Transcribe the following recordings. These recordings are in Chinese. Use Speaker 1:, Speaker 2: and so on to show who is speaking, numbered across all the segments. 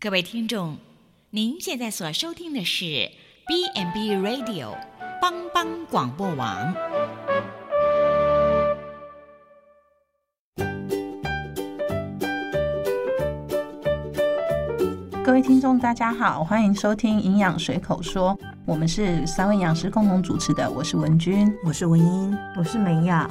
Speaker 1: 各位听众，您现在所收听的是 B n B Radio 帮帮广播网。
Speaker 2: 各位听众，大家好，欢迎收听《营养随口说》，我们是三位营养师共同主持的，我是文君。
Speaker 3: 我是文英，
Speaker 4: 我是美雅，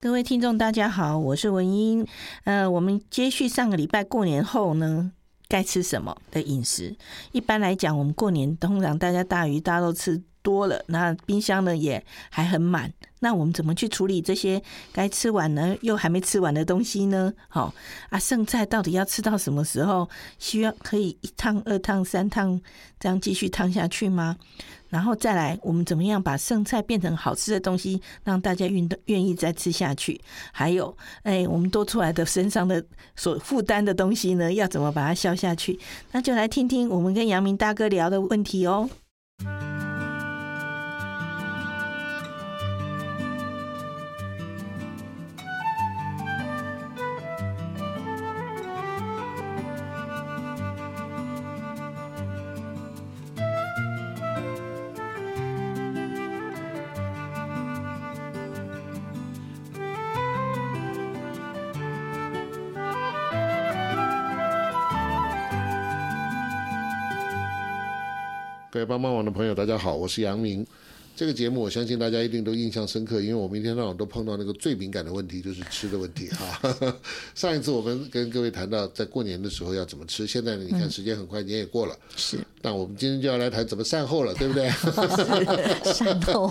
Speaker 3: 各位听众大家好，我是文英。呃，我们接续上个礼拜过年后呢，该吃什么的饮食？一般来讲，我们过年通常大家大鱼大肉吃多了，那冰箱呢也还很满。那我们怎么去处理这些该吃完呢又还没吃完的东西呢？好、啊，剩菜到底要吃到什么时候？需要可以一趟、二趟、三趟这样继续烫下去吗？然后再来，我们怎么样把剩菜变成好吃的东西，让大家运动愿意再吃下去？还有，哎，我们多出来的身上的所负担的东西呢，要怎么把它消下去？那就来听听我们跟阳明大哥聊的问题哦。
Speaker 5: 各位帮帮网的朋友，大家好，我是杨明。这个节目我相信大家一定都印象深刻，因为我们一天到晚都碰到那个最敏感的问题，就是吃的问题哈。 上一次我们跟各位谈到在过年的时候要怎么吃，现在呢，你看时间很快，年也过了，
Speaker 3: 是
Speaker 5: 那我们今天就要来谈怎么善后了，对不对？
Speaker 4: 善后。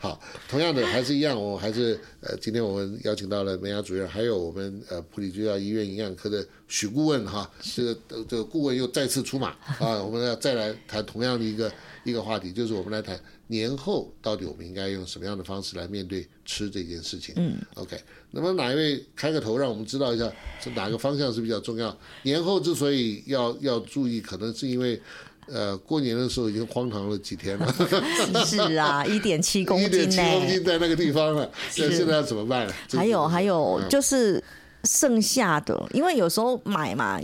Speaker 5: 好，同样的还是一样，我还是呃，今天我们邀请到了梅雅主任，还有我们呃普里居药医院营养科的许顾问哈，这个呃这个顾问又再次出马啊，我们要再来谈同样的一个一个话题，就是我们来谈年后到底我们应该用什么样的方式来面对吃这件事情。嗯，OK，那么哪一位开个头，让我们知道一下是哪个方向是比较重要？年后之所以要要注意，可能是因为。呃，过年的时候已经荒唐了几天了，
Speaker 4: 是 啊，一点七公
Speaker 5: 一点
Speaker 4: 斤
Speaker 5: 七
Speaker 4: 呢、
Speaker 5: 公斤在那个地方了，那现在要怎么办？
Speaker 4: 还有还有
Speaker 5: 嗯
Speaker 4: 就是剩下的，因为有时候买嘛，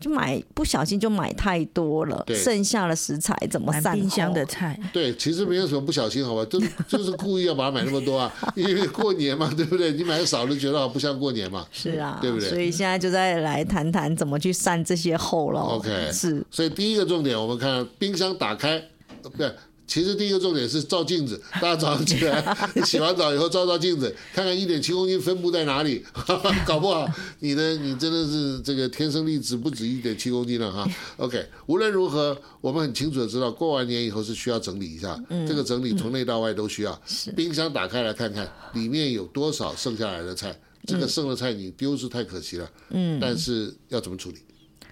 Speaker 4: 就买不小心就买太多了，
Speaker 5: 对
Speaker 4: 剩下的食材怎么
Speaker 3: 满
Speaker 4: 散？
Speaker 3: 冰箱的。菜，
Speaker 5: 对，其实没有什么不小心，好吧，就就是故意要把它买那么多啊，因为过年嘛，对不对？你买的少了，觉得好像不像过年嘛。
Speaker 4: 是啊，
Speaker 5: 对不对
Speaker 4: 所以现在就再来谈谈怎么去散这些后喽。
Speaker 5: OK
Speaker 4: 是
Speaker 5: 所以第一个重点，我们看冰箱打开，呃不对，其实第一个重点是照镜子。大家早上起来洗完澡以后照照镜子，看看一点七公斤分布在哪里， 搞不好你的你真的是这个天生丽质不止一点七公斤了哈。OK，无论如何，我们很清楚的知道，过完年以后是需要整理一下，这个整理从内到外都需要。冰箱打开来看看里面有多少剩下来的菜。这个剩的菜你丢是太可惜了，嗯，但是要怎么处理？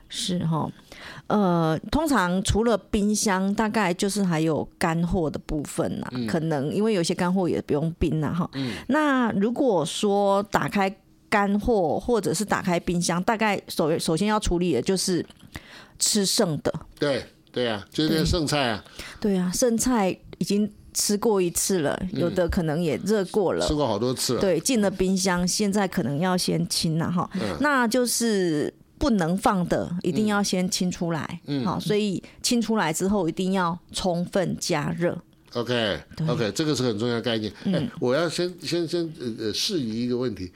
Speaker 4: 是哈、呃，通常除了冰箱，大概就是还有干货的部分啦、可能因为有些干货也不用冰啦哈。那如果说打开干货或者是打开冰箱，大概首首先要处理的就是吃剩的，
Speaker 5: 对对啊，就是那些剩菜啊，
Speaker 4: 对啊，剩菜已经吃过一次了，有的可能也热过了
Speaker 5: 吃，过好多次了。
Speaker 4: 对，进了冰箱，现在可能要先清了哈。那就是不能放的，一定要先清出来。嗯，好，所以清出来之后一定要充分加热。
Speaker 5: OK OK，这个是很重要的概念。
Speaker 3: 嗯
Speaker 5: 哎，我要先先先呃呃质疑一个问题，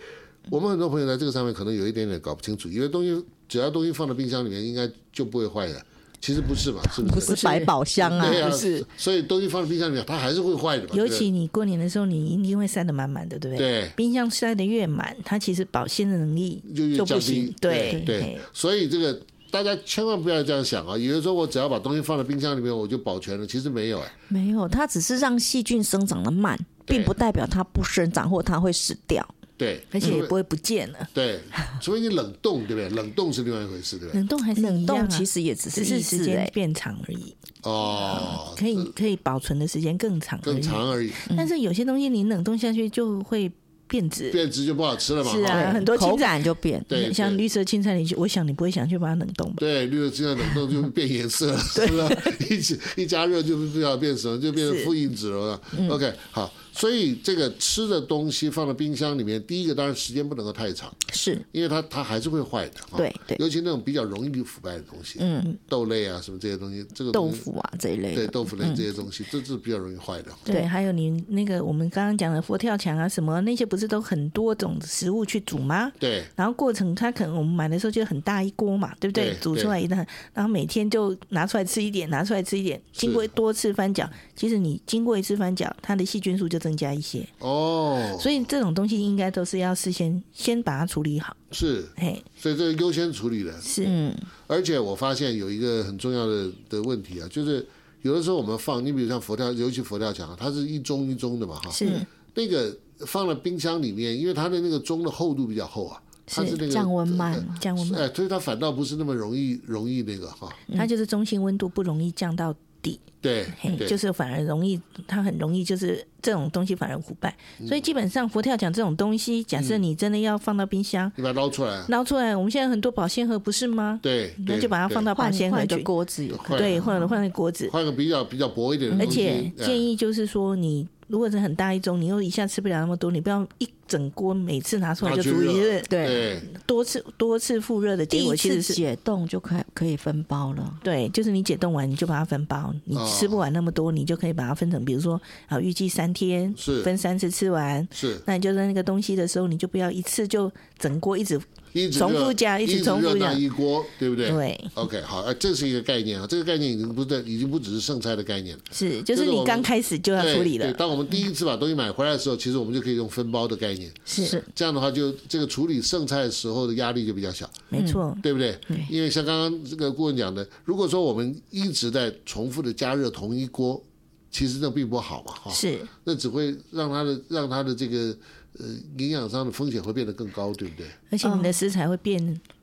Speaker 5: 我们很多朋友在这个上面可能有一点点搞不清楚，以为东西只要东西放到冰箱里面应该就不会坏的，其实不是嘛，是不
Speaker 4: 不
Speaker 5: 是？
Speaker 4: 是百宝箱啊，
Speaker 5: 对呀、
Speaker 4: 不是，
Speaker 5: 所以东西放到冰箱里面，它还是会坏的嘛。
Speaker 3: 尤
Speaker 5: 对不对
Speaker 3: 其你过年的时候，你一定会塞得满满的，对不对？
Speaker 5: 对，
Speaker 3: 冰箱塞得越满，它其实保鲜的能力
Speaker 5: 就越
Speaker 3: 就
Speaker 5: 降
Speaker 3: 不
Speaker 5: 低
Speaker 3: 行。。对
Speaker 5: 对
Speaker 3: 嘿，
Speaker 5: 所以这个大家千万不要这样想啊，以为说我只要把东西放到冰箱里面我就保全了，其实没有哎、
Speaker 4: 没有，它只是让细菌生长的慢，
Speaker 5: 对
Speaker 4: 并不代表它不生长或它会死掉。
Speaker 5: 对，
Speaker 3: 而且
Speaker 5: 因
Speaker 3: 也
Speaker 5: 为
Speaker 3: 不会不见了。
Speaker 5: 对，除非你冷冻，对不对？冷冻是另外一回事，对不对？
Speaker 3: 冷冻还是
Speaker 4: 冷
Speaker 3: 一样啊
Speaker 4: 冻其实也只
Speaker 3: 只
Speaker 4: 是
Speaker 3: 是
Speaker 4: 意
Speaker 3: 时
Speaker 4: 思
Speaker 3: 间
Speaker 4: 哎，
Speaker 3: 变长而已，
Speaker 5: 哦，
Speaker 3: 可以可以保存的时间更长而已。嗯
Speaker 5: 更长而已。
Speaker 3: 但是有些东西你冷冻下去就会变质。
Speaker 5: 变质就不好吃了嘛。哦
Speaker 3: 是啊
Speaker 5: 哈
Speaker 3: 很多青
Speaker 4: 口感就变。
Speaker 5: 对，对
Speaker 3: 像绿色青菜，你去，我想你不会想去把它冷冻吧？
Speaker 5: 对，绿的这样冷冻就变颜 色了，是不是？一起一加热就不要变什么，就变成复印纸了。OK，好，
Speaker 3: 嗯
Speaker 5: 所以这个吃的东西放到冰箱里面，第一个当然时间不能够太长，
Speaker 4: 是，
Speaker 5: 因为它它还是会坏的。啊
Speaker 4: 对对
Speaker 5: 尤其那种比较容易腐败的东西，
Speaker 4: 嗯，
Speaker 5: 豆类啊什么这些东西，这个
Speaker 4: 豆
Speaker 5: 东西
Speaker 4: 腐啊这一类
Speaker 5: 对
Speaker 4: 的，
Speaker 5: 豆腐类
Speaker 3: 嗯
Speaker 5: 这些东西，这是比较容易坏的。
Speaker 3: 对，还有你那个我们刚刚讲的佛跳墙啊，什么那些不是都很多种食物去煮吗？
Speaker 5: 对
Speaker 3: 然后过程它可能我们买的时候就很大一锅嘛，对不对？
Speaker 5: 对
Speaker 3: 煮出来一大，然后每天就拿出来吃一点，拿出来吃一点。经过多次翻搅，其实你经过一次翻搅，它的细菌数就增加一些。
Speaker 5: 哦，
Speaker 3: 所以这种东西应该都是要事先先把它处理好。
Speaker 5: 是，
Speaker 3: 嘿，
Speaker 5: 所以这是优先处理的。
Speaker 3: 是，
Speaker 4: 嗯，
Speaker 5: 而且我发现有一个很重要的的问题啊，就是有的时候我们放，你比如像佛跳，尤其佛跳墙，啊它是一盅一盅的嘛，哈，
Speaker 3: 是
Speaker 5: 那个放了冰箱里面，因为它的那个盅的厚度比较厚啊，它是那个
Speaker 4: 降温慢
Speaker 5: 呃
Speaker 4: 嘛，
Speaker 3: 降温嘛，
Speaker 5: 哎，所以它反倒不是那么容易容易那个哈，
Speaker 3: 它就是中性温度不容易降到底，
Speaker 5: 对
Speaker 3: 嘿，
Speaker 5: 对，
Speaker 3: 哎就是反而容易，它很容易就是这种东西反而腐败。
Speaker 5: 嗯
Speaker 3: 所以基本上佛跳墙这种东西，假设你真的要放到冰箱。
Speaker 5: 你把它捞出来，啊
Speaker 3: 捞出来，我们现在很多保鲜盒不是吗？
Speaker 5: 对，
Speaker 3: 那
Speaker 5: 对
Speaker 3: 就把它
Speaker 5: 对
Speaker 3: 放到保
Speaker 4: 换
Speaker 3: 鲜盒
Speaker 4: 换一
Speaker 3: 去
Speaker 4: 个，锅子也可以。
Speaker 3: 对，换了换了锅子。
Speaker 5: 换个比较比较薄一点的
Speaker 3: 而
Speaker 5: 嗯东西，哎
Speaker 3: 且建
Speaker 5: 议
Speaker 3: 议就是说，你如果是很大一盅，你又一下吃不了那么多，你不要一整锅每次拿出来就煮一日，
Speaker 4: 对，
Speaker 5: 对
Speaker 3: 多次多次复热的结
Speaker 4: 第
Speaker 3: 果
Speaker 4: 一
Speaker 3: 其实
Speaker 4: 次
Speaker 3: 是。
Speaker 4: 解冻就可以可以分包了。
Speaker 3: 对，就是你解冻完你就把它分包，你
Speaker 5: 哦
Speaker 3: 吃不完那么多，你就可以把它分成，比如说啊，预计三天，
Speaker 5: 是
Speaker 3: 分三次吃完。
Speaker 5: 是
Speaker 3: 那你就在那个东西的时候，你就不要一次就整锅一直
Speaker 5: 一直
Speaker 3: 重复
Speaker 5: 热
Speaker 3: 加一直
Speaker 5: 直
Speaker 3: 重复
Speaker 5: 热
Speaker 3: 加
Speaker 5: 那一锅，对不对？
Speaker 3: 对，
Speaker 5: OK，好，哎，这是一个概念啊，这个概念已经不对，已经不只是剩菜的概念了。
Speaker 3: 是，就是
Speaker 5: 这个我
Speaker 3: 你
Speaker 5: 们
Speaker 3: 刚开始就要
Speaker 5: 对
Speaker 3: 处理了
Speaker 5: 对，，当我们第一次把东西买回来的时候，其实我们就可以用分包的概念。
Speaker 3: 是
Speaker 5: 这样的话就，这个处理剩菜的时候的压力就比较小，
Speaker 3: 没错。
Speaker 5: 对不对？因为像刚刚这个顾问讲的，如果说我们一直在重复的加热同一锅，其实那并不好嘛，哈、
Speaker 3: 是
Speaker 5: 那只会让它的让它的这个呃营养上的风险会变得更高，对不对？
Speaker 3: 而且你的食材会变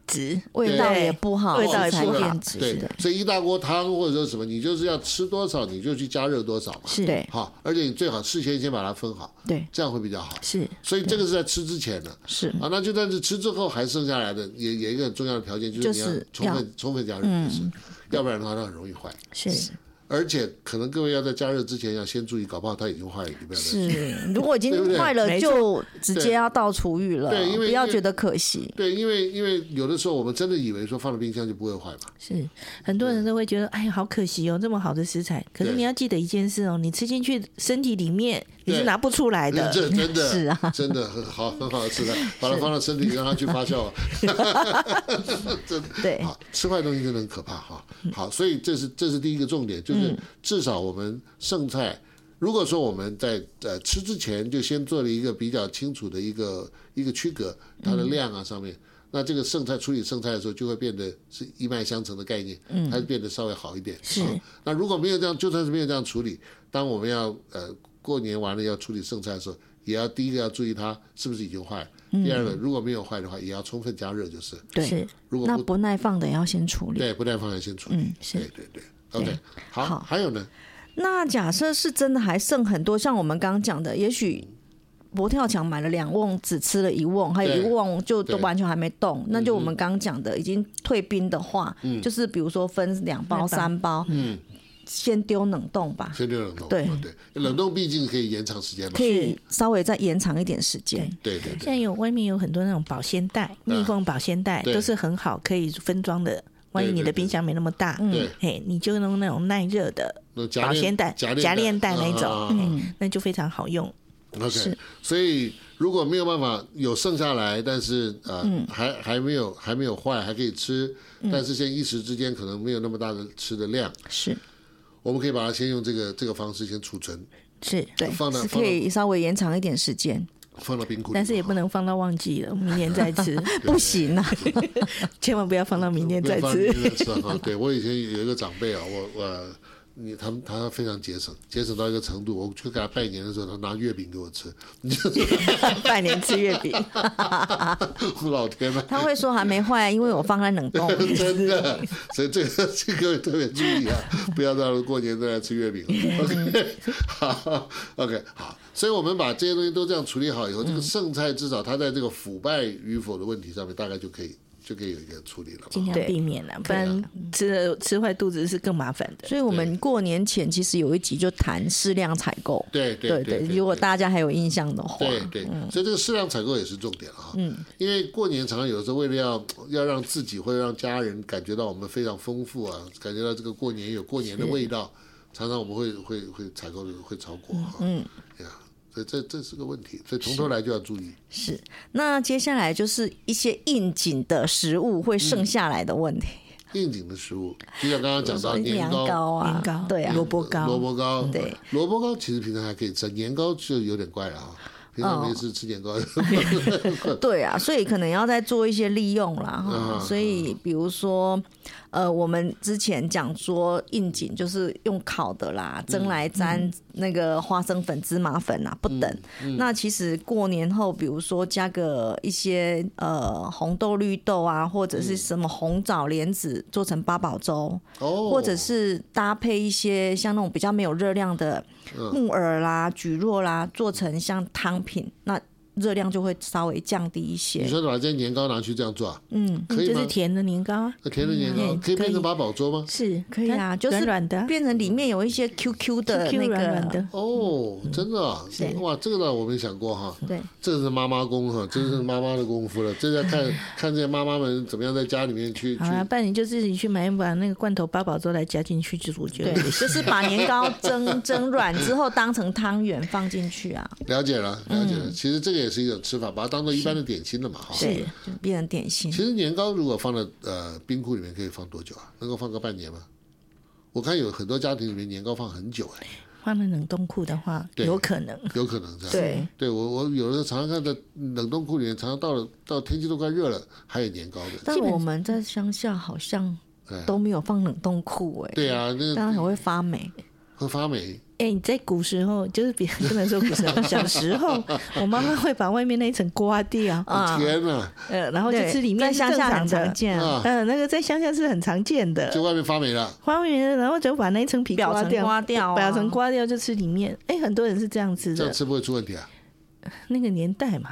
Speaker 3: 质，
Speaker 4: 嗯味道也不好，
Speaker 3: 味道也
Speaker 4: 才
Speaker 3: 不好
Speaker 4: 变质
Speaker 5: 哦对
Speaker 4: 的，，
Speaker 5: 所以一大锅汤或者说什么，你就是要吃多少你就去加热多少嘛，
Speaker 3: 是
Speaker 4: 对
Speaker 5: 好，而且你最好事先先把它分好，
Speaker 4: 对
Speaker 5: 这样会比较好。
Speaker 3: 是
Speaker 5: 所以这个是在吃之前的，
Speaker 4: 是
Speaker 5: 啊，那就算是吃之后还剩下来的，也也一个很重要的条件就
Speaker 4: 就是
Speaker 5: 你要
Speaker 4: 是
Speaker 5: 充
Speaker 4: 要嗯
Speaker 5: 分充分加热就是，要不然的话它很容易坏。
Speaker 3: 是
Speaker 5: 而且可能各位要在加热之前要先注意，搞不好它已经坏了，你不要再吃。
Speaker 4: 是，如果已
Speaker 5: 对不对
Speaker 4: 经坏了，
Speaker 3: 没
Speaker 4: 就直接要倒厨余了，
Speaker 5: 对因为
Speaker 4: 不要觉得可惜。
Speaker 5: 对，因为因为有的时候我们真的以为说放了冰箱就不会坏嘛，
Speaker 3: 是，很多人都会觉得，哎呀，好可惜哦，这么好的食材。可是
Speaker 5: 对
Speaker 3: 你要记得一件事哦，你吃进去身体里面你是
Speaker 5: 对
Speaker 3: 拿不出来的，
Speaker 5: 这真的
Speaker 4: 呃是啊，
Speaker 5: 真的很好很好 吃的，把它放到身体里让它去发酵啊，
Speaker 4: 对，
Speaker 5: 好，啊吃坏东西真的很可怕哈。好，所以这是这是第一个重点，就是至少我们剩菜，如果说我们在呃吃之前就先做了一个比较清楚的一个一个区隔，它的量啊上面。那这个剩菜处理剩菜的时候，就会变得是一脉相承的概念，嗯，它就变得稍微好一点。
Speaker 3: 是
Speaker 5: 啊那如果没有这样，就算是没有这样处理，当我们要呃过年完了要处理剩菜的时候，也要第一个要注意它是不是已经坏了，第二个如果没有坏的话，也要充分加热就是。
Speaker 4: 对
Speaker 3: 是，
Speaker 5: 如果
Speaker 4: 那
Speaker 5: 不
Speaker 4: 不耐放的也要先处理。
Speaker 5: 对，不带放在先处理。
Speaker 4: 嗯是
Speaker 5: 对对对。OK，好，
Speaker 4: 好
Speaker 5: 还有呢？
Speaker 4: 那假设是真的还剩很多，像我们刚刚讲的，也许佛跳墙买了两瓮，只吃了一瓮，还有一
Speaker 5: 对
Speaker 4: 瓮就都
Speaker 5: 对嗯
Speaker 4: 完全还没动。那就我们刚刚讲的，已经退冰的话，就是比如说分两包、
Speaker 3: 两包
Speaker 4: 三包，
Speaker 5: 嗯，
Speaker 4: 先丢冷冻吧，
Speaker 5: 先丢冷冻。
Speaker 4: 对
Speaker 5: 哦对，冷冻毕竟可以延长时间嘛
Speaker 4: 可。以稍微再延长一点时间。
Speaker 5: 对对
Speaker 3: 现
Speaker 5: 对
Speaker 3: 在有外面有很多那种保鲜袋，密封保鲜袋
Speaker 5: 嗯对
Speaker 3: 都是很好可以分装的。万一
Speaker 5: 对
Speaker 3: 你的
Speaker 5: 对对嗯
Speaker 3: 冰箱没那么大，
Speaker 5: 对，
Speaker 3: 嘿，你就用那种耐热的
Speaker 5: 那夹
Speaker 3: 保
Speaker 5: 链
Speaker 3: 鲜袋、
Speaker 5: 夹
Speaker 3: 夹链袋那
Speaker 5: 啊啊
Speaker 3: 种，嗯
Speaker 5: 啊
Speaker 3: 嘿，那就非常好用。
Speaker 5: OK，所以如果没有办法有剩下来，但是呃，
Speaker 3: 嗯
Speaker 5: 还还没有还没有坏，还可以吃，但是现在一时之间可能没有那么大的吃的量，
Speaker 4: 是
Speaker 5: 我们可以把它先用这个这个方式先储存，
Speaker 3: 是，
Speaker 4: 对，
Speaker 5: 放到
Speaker 4: 是
Speaker 5: 放
Speaker 4: 可
Speaker 5: 到
Speaker 4: 以稍微延长一点时间，
Speaker 5: 放到冰库里。
Speaker 3: 但是也不能放到忘记了，明年再 吃，
Speaker 4: 不行啊，
Speaker 3: 千万不要放到明年
Speaker 5: 不要
Speaker 3: 再
Speaker 5: 放
Speaker 3: 吃。
Speaker 5: 在吃哈。啊对我以前有一个长辈啊，我我你他们他非常节省，节省到一个程度，我去给他拜年的时候，他拿月饼给我 吃，
Speaker 4: 半年吃月饼。
Speaker 5: 我老天 呐，
Speaker 4: 他会说还没坏，因为我放在冷冻。
Speaker 5: 真 的，所以这个这个特别注意啊，不要到了过年再来吃月饼。OK，好，OK，好，所以我们把这些东西都这样处理好以后，
Speaker 4: 嗯
Speaker 5: 这个剩菜至少它在这个腐败与否的问题上面，大概就可以就可以有一个处理了嘛。
Speaker 3: 尽量
Speaker 4: 对
Speaker 3: 避免了，不然吃了吃坏肚子是更麻烦的。
Speaker 4: 啊所以我们过年前其实有一集就谈适量采购，
Speaker 5: 对对
Speaker 4: 对
Speaker 5: 对，
Speaker 4: 如果
Speaker 5: 对
Speaker 4: 大家还有印象的话，
Speaker 5: 对对，所以这个适量采购也是重点了哈。嗯，因为过年常常有的时候为了要要让自己或者让家人感觉到我们非常丰富啊，感觉到这个过年有过年的味道，常常我们会会会采购会炒股哈。嗯，呀，所以这这是个问题，所以从头来就要注意。
Speaker 4: 是。那接下来就是一些应景的食物会
Speaker 5: 嗯
Speaker 4: 剩下来的问题，
Speaker 5: 应景的食物，就像刚刚讲到
Speaker 4: 比如说
Speaker 5: 年
Speaker 4: 羊
Speaker 5: 糕。呃
Speaker 4: 啊，
Speaker 3: 年糕
Speaker 4: 对啊，
Speaker 3: 萝卜
Speaker 5: 萝
Speaker 3: 糕，
Speaker 5: 卜糕，
Speaker 4: 对，
Speaker 5: 萝卜糕其实平常还可以吃，年糕就有点怪了哈。平常没事吃年糕，
Speaker 4: 对啊，所以可能要再做一些利用啦。哈
Speaker 5: 嗯
Speaker 4: 所以比如说，呃，我们之前讲说应景就是用烤的啦，蒸来沾那个花生粉、芝麻粉啊不等。那其实过年后，比如说加个一些呃红豆、绿豆啊，或者是什么红枣、莲子，做成八宝粥，
Speaker 5: 哦，
Speaker 4: 或者是搭配一些像那种比较没有热量的
Speaker 5: 嗯
Speaker 4: 木耳啦、蒟蒻啦，做成像汤品，那热量就会稍微降低一些
Speaker 5: 你。说把这些年糕拿去这样做啊，
Speaker 4: 嗯，
Speaker 5: 可以
Speaker 3: 就
Speaker 5: 吗
Speaker 3: 是？甜的年糕啊，
Speaker 5: 那甜的年糕
Speaker 3: 嗯
Speaker 5: 可以变
Speaker 3: 可
Speaker 5: 成
Speaker 3: 以
Speaker 5: 八宝粥吗？
Speaker 3: 是
Speaker 4: 可以啊
Speaker 3: 它
Speaker 4: 就是
Speaker 3: 软软的啊
Speaker 4: 变成里面有一些 QQ 的那
Speaker 3: ，Q
Speaker 4: 个
Speaker 3: 软软的，
Speaker 5: 哦，真的啊，哇，这个呢我没想过哈，
Speaker 4: 对，
Speaker 5: 这是妈妈功哈，真是妈妈的功夫了，这要看看这些妈妈们怎么样在家里面去去
Speaker 3: 好啊，不然你就自己去买一把那个罐头八宝粥来加进去煮，我觉
Speaker 4: 对
Speaker 3: 得也，是
Speaker 4: 就是把年糕蒸 蒸软之后当成汤圆放进去啊，
Speaker 5: 了解了了解了。其实这个也是一种吃法，把它当做一般的点心了嘛哈。
Speaker 4: 对，就变成点心
Speaker 5: 其。实年糕如果放在呃冰库里面可以放多久啊？能够放个半年吗？我看有很多家庭里面年糕放很久哎，
Speaker 3: 放在冷冻库的话，
Speaker 5: 对
Speaker 3: 有可能。
Speaker 5: 有可能这样。
Speaker 4: 对，
Speaker 5: 对我我有的时候常常看到冷冻库里面，常常到了到天气都快热了，还有年糕的。
Speaker 4: 但我们在乡下好像
Speaker 5: 哎
Speaker 4: 都没有放冷冻库哎、
Speaker 5: 对啊，那
Speaker 4: 当然很
Speaker 5: 个
Speaker 4: 会发霉。
Speaker 5: 会发霉。
Speaker 3: 哎、你在古时候，就是别 不能说古时候，小时候，我妈妈会把外面那一层刮掉，
Speaker 4: 啊
Speaker 5: 天哪，
Speaker 3: 呃，然后就
Speaker 4: 对
Speaker 3: 吃里
Speaker 4: 在
Speaker 3: 面是
Speaker 4: 乡
Speaker 3: 正
Speaker 4: 下
Speaker 3: 常
Speaker 4: 很常
Speaker 3: 的，
Speaker 4: 见啊，
Speaker 5: 啊，
Speaker 3: 呃，那个在乡下是很常见
Speaker 5: 就
Speaker 3: 的，
Speaker 5: 外面发霉了。
Speaker 3: 花园，然后就把那一层皮
Speaker 4: 表
Speaker 3: 刮
Speaker 4: 层
Speaker 3: 掉，
Speaker 4: 刮掉啊
Speaker 3: 表层刮掉就吃里面。哎、很多人是这样吃
Speaker 5: 这样
Speaker 3: 的，
Speaker 5: 吃不会出问题啊？
Speaker 3: 那个年代嘛，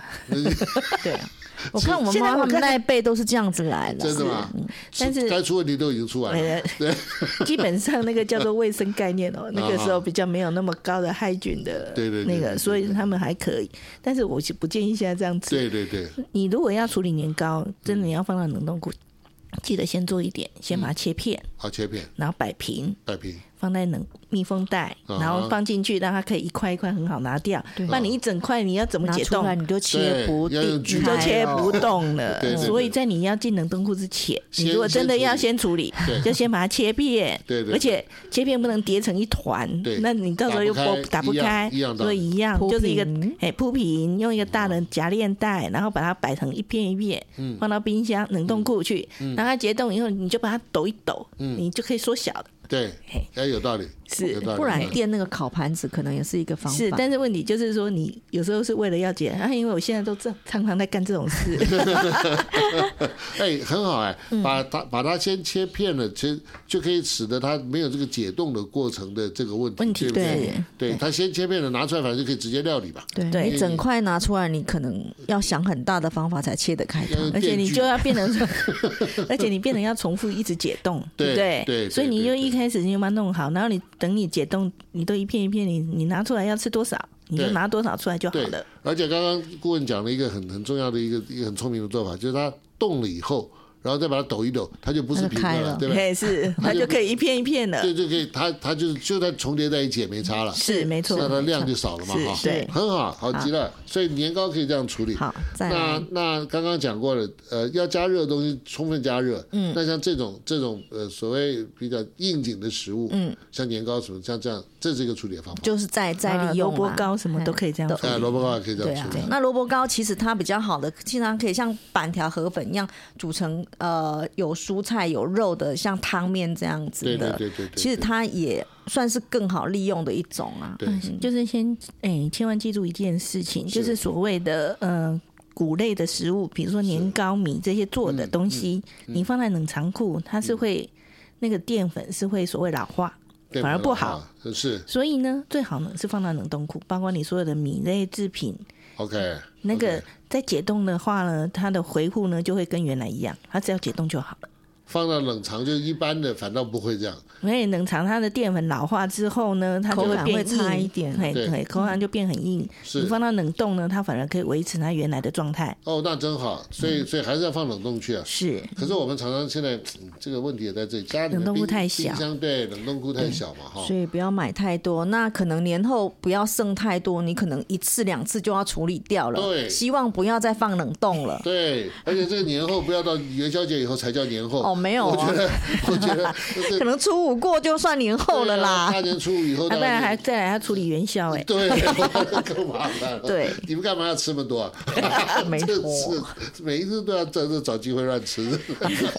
Speaker 4: 对啊，我看我
Speaker 3: 现在
Speaker 4: 妈
Speaker 3: 我
Speaker 4: 妈
Speaker 3: 看
Speaker 4: 那一辈都是这样子来的，
Speaker 5: 真的吗？
Speaker 3: 嗯但是
Speaker 5: 该出问题都已经出来了。
Speaker 3: 呃， 基本上那个叫做卫生概念 哦，那个时候比较没有那么高的害菌的，
Speaker 5: 啊对对对
Speaker 3: 那
Speaker 5: 对对
Speaker 3: 个，所以他们还可以。但是我是不建议现在这样吃。
Speaker 5: 对对对，
Speaker 3: 你如果要处理年糕，真的你要放到冷冻库，
Speaker 5: 嗯
Speaker 3: 记得先做一点，先把它切片，
Speaker 5: 好切片
Speaker 3: 然后摆平。
Speaker 5: 摆平，
Speaker 3: 放在冷密封袋，
Speaker 5: 啊
Speaker 3: 然后放进去，让它可以一块一块很好拿掉。不然你一整块，你要怎么
Speaker 4: 拿
Speaker 3: 解
Speaker 4: 出
Speaker 3: 冻？
Speaker 4: 来你就切不
Speaker 5: 对要用
Speaker 4: 定，
Speaker 5: 锯
Speaker 3: 你就切不动了
Speaker 5: 哦对对。对
Speaker 3: 所以在你要进冷冻库之前，
Speaker 5: 先
Speaker 3: 你如果真的要先处理
Speaker 5: 先处理，对
Speaker 3: 就先把它切片。
Speaker 5: 对对对
Speaker 3: 而且切片不能叠成一团
Speaker 5: 对，
Speaker 3: 那你到时候又剥
Speaker 5: 打
Speaker 3: 打
Speaker 5: 不
Speaker 3: 不
Speaker 5: 开
Speaker 3: 开
Speaker 5: 一样一样，道理
Speaker 3: 所以一样
Speaker 4: 铺
Speaker 3: 就是一个
Speaker 4: 平
Speaker 3: 哎铺平，用一个大的夹链袋，然后把它摆成一片一片，
Speaker 5: 嗯
Speaker 3: 放到冰箱冷冻库去，让它结冻以后，你就把它抖一抖，
Speaker 5: 嗯
Speaker 3: 你就可以缩小了。
Speaker 5: 对，哎，有道理，
Speaker 3: 是
Speaker 5: 有道理嗯
Speaker 4: 不然
Speaker 5: 有道理
Speaker 4: 垫那个烤盘子可能也是一个方法。
Speaker 3: 是，但是问题就是说，你有时候是为了要解，啊，因为我现在都这常常在干这种事，
Speaker 5: 哎，很好哎，
Speaker 3: 嗯
Speaker 5: 把它把它先切片了，切就可以使得它没有这个解冻的过程的这个问题，
Speaker 3: 问题
Speaker 5: 对不对
Speaker 3: 对？
Speaker 5: 对，它先切片了，拿出来反正就可以直接料理吧。
Speaker 4: 对
Speaker 3: 对
Speaker 4: 你整块拿出来，你可能要想很大的方法才切得开它
Speaker 5: 要。用
Speaker 3: 而且
Speaker 5: 电
Speaker 3: 你
Speaker 5: 锯
Speaker 3: 就要变成， 而且你变成要重复一直解冻，
Speaker 5: 对
Speaker 3: 不对？
Speaker 5: 对对
Speaker 3: 所以你
Speaker 5: 对
Speaker 3: 就
Speaker 5: 对
Speaker 3: 一开始你就把它弄好，然后你等你解冻，你都一片一片，你你拿出来要吃多少，你就
Speaker 5: 对
Speaker 3: 拿多少出来就好
Speaker 5: 对
Speaker 3: 了。
Speaker 5: 而且刚刚顾问讲了一个很很重要的一个一个很聪明的做法，就是它冻了以后，然后再把它抖一抖，它就不是
Speaker 4: 它就
Speaker 5: 平的
Speaker 4: 开
Speaker 5: 了，
Speaker 4: 了
Speaker 5: 对吧？
Speaker 3: 哎， 是，它
Speaker 5: 就
Speaker 3: 就可以一片一片了
Speaker 5: 对，，就可以，它它就是就算重叠在一起也没差了，
Speaker 3: 是没错
Speaker 5: 那，它量就少了嘛，
Speaker 3: 是
Speaker 5: 哈，
Speaker 3: 对
Speaker 5: 很好，好极了。所以年糕可以这样处理。
Speaker 4: 好，再
Speaker 5: 那
Speaker 4: 来。
Speaker 5: 那刚刚讲过了，呃，要加热的东西充分加热。嗯，那像这种这种呃所谓比较应景的食物，嗯，像年糕什么，像这样，这是一个处理的方法。
Speaker 4: 就是再再
Speaker 3: 啊
Speaker 4: 利用
Speaker 3: 萝卜
Speaker 4: 嘛
Speaker 3: 糕什么都可以这样
Speaker 4: 对
Speaker 3: 处
Speaker 5: 哎，
Speaker 3: 理
Speaker 5: 萝卜糕也可以这
Speaker 4: 对
Speaker 5: 样
Speaker 4: 啊
Speaker 5: 处理，。
Speaker 4: 那萝卜糕其实它比较好的，经常可以像板条河粉一样煮成呃有蔬菜有肉的，像汤面这样子
Speaker 5: 对对
Speaker 4: 的。
Speaker 5: 对对对。
Speaker 4: 其实
Speaker 5: 对
Speaker 4: 它也算是更好利用的一种啊。
Speaker 5: 对
Speaker 3: 嗯就是先哎，千万记住一件事情，就是所谓的呃谷类的食物，比如说年糕、米这些做的
Speaker 5: 嗯
Speaker 3: 东西，你放在冷藏库，它是会那个淀粉是会所谓老化，
Speaker 5: 对
Speaker 3: 反而不
Speaker 5: 好
Speaker 3: 好。，
Speaker 5: 是
Speaker 3: 所以呢，最好呢是放到冷冻库，包括你所有的米类制品，
Speaker 5: OK，
Speaker 3: 那个
Speaker 5: OK
Speaker 3: 在解冻的话呢，它的回复呢就会跟原来一样，它只要解冻就好了。
Speaker 5: 放到冷藏就一般的反倒不会这样。
Speaker 3: 因为冷藏它的淀粉老化之后呢，它就
Speaker 4: 口感
Speaker 3: 变
Speaker 4: 会
Speaker 3: 硬
Speaker 4: 差一点
Speaker 3: 对
Speaker 5: 对
Speaker 3: 对，口感就变很硬。
Speaker 5: 是
Speaker 3: 你放到冷冻呢，它反而可以维持它原来的状态。
Speaker 5: 哦，那真好，所
Speaker 3: 嗯
Speaker 5: 以所以还是要放冷冻去啊。
Speaker 3: 是，
Speaker 5: 可是我们常常现在嗯这个问题也在这里，家里的
Speaker 3: 冷冻
Speaker 5: 冰
Speaker 3: 库太小
Speaker 5: 冰箱对冷冻库太小嘛哈
Speaker 4: 所。以不要买太多，那可能年后不要剩太多，你可能一次两次就要处理掉了。
Speaker 5: 对
Speaker 4: 希望不要再放冷冻了。
Speaker 5: 对，而且这个年后不要到元宵节以后才叫年后
Speaker 4: 哦，没有
Speaker 5: 我觉
Speaker 4: 啊，
Speaker 5: 得， 我觉 得这
Speaker 4: 可能初五过就算年后了
Speaker 5: 对啊大
Speaker 4: 啦。
Speaker 5: 年初五以后
Speaker 3: 要、
Speaker 5: 到
Speaker 3: 不然还再来它处理元宵哎、
Speaker 5: 对，更麻烦了。
Speaker 4: 对，
Speaker 5: 你们干嘛要吃那么多啊？
Speaker 4: 哎 没 错
Speaker 5: 这是每一次都要在这找机会乱吃。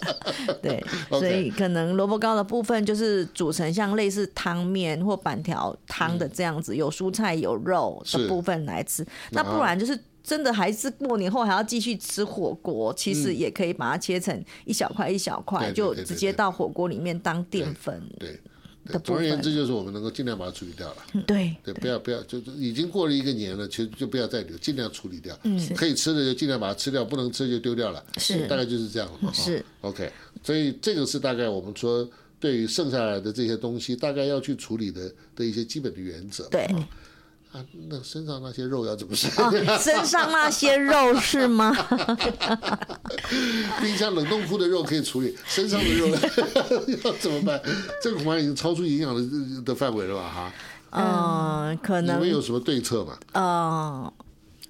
Speaker 4: 对，
Speaker 5: OK
Speaker 4: 所以可能萝卜糕的部分就是煮成像类似汤面或板条汤的这样子，有蔬菜有肉
Speaker 5: 是
Speaker 4: 的部分来
Speaker 5: 嗯
Speaker 4: 吃。那
Speaker 5: 然后
Speaker 4: 不然就是。真的还是过年后还要继续吃火锅，其实也可以把它切成一小块一小块，
Speaker 5: 对对
Speaker 4: 就
Speaker 5: 对对
Speaker 4: 直接
Speaker 5: 对
Speaker 4: 到火锅里面当淀粉。
Speaker 5: 对，对
Speaker 4: 的
Speaker 5: 总
Speaker 4: 部
Speaker 5: 而言
Speaker 4: 分
Speaker 5: 之，就是我们能够尽量把它处理掉了。
Speaker 4: 对，
Speaker 5: 对，不要不要，就是已经过了一个年了，其实就不要再留，尽量处理掉。
Speaker 4: 嗯是
Speaker 5: 可以吃的就尽量把它吃掉，不能吃就丢掉了。
Speaker 4: 是嗯
Speaker 5: 大概就是这样了嘛。哈
Speaker 4: 是
Speaker 5: OK，所以这个是大概我们说对于剩下来的这些东西，大概要去处理的的一些基本的原则。
Speaker 4: 对。
Speaker 5: 啊，那身上那些肉要怎么吃？
Speaker 4: 啊，身上那些肉是 吗？
Speaker 5: 冰箱冷冻库的肉可以处理，身上的肉 要怎么办？这个恐怕已经超出营养的的范围了吧？
Speaker 4: 嗯，可
Speaker 5: 哈，你
Speaker 4: 能
Speaker 5: 们有什么对策吗？
Speaker 4: 嗯，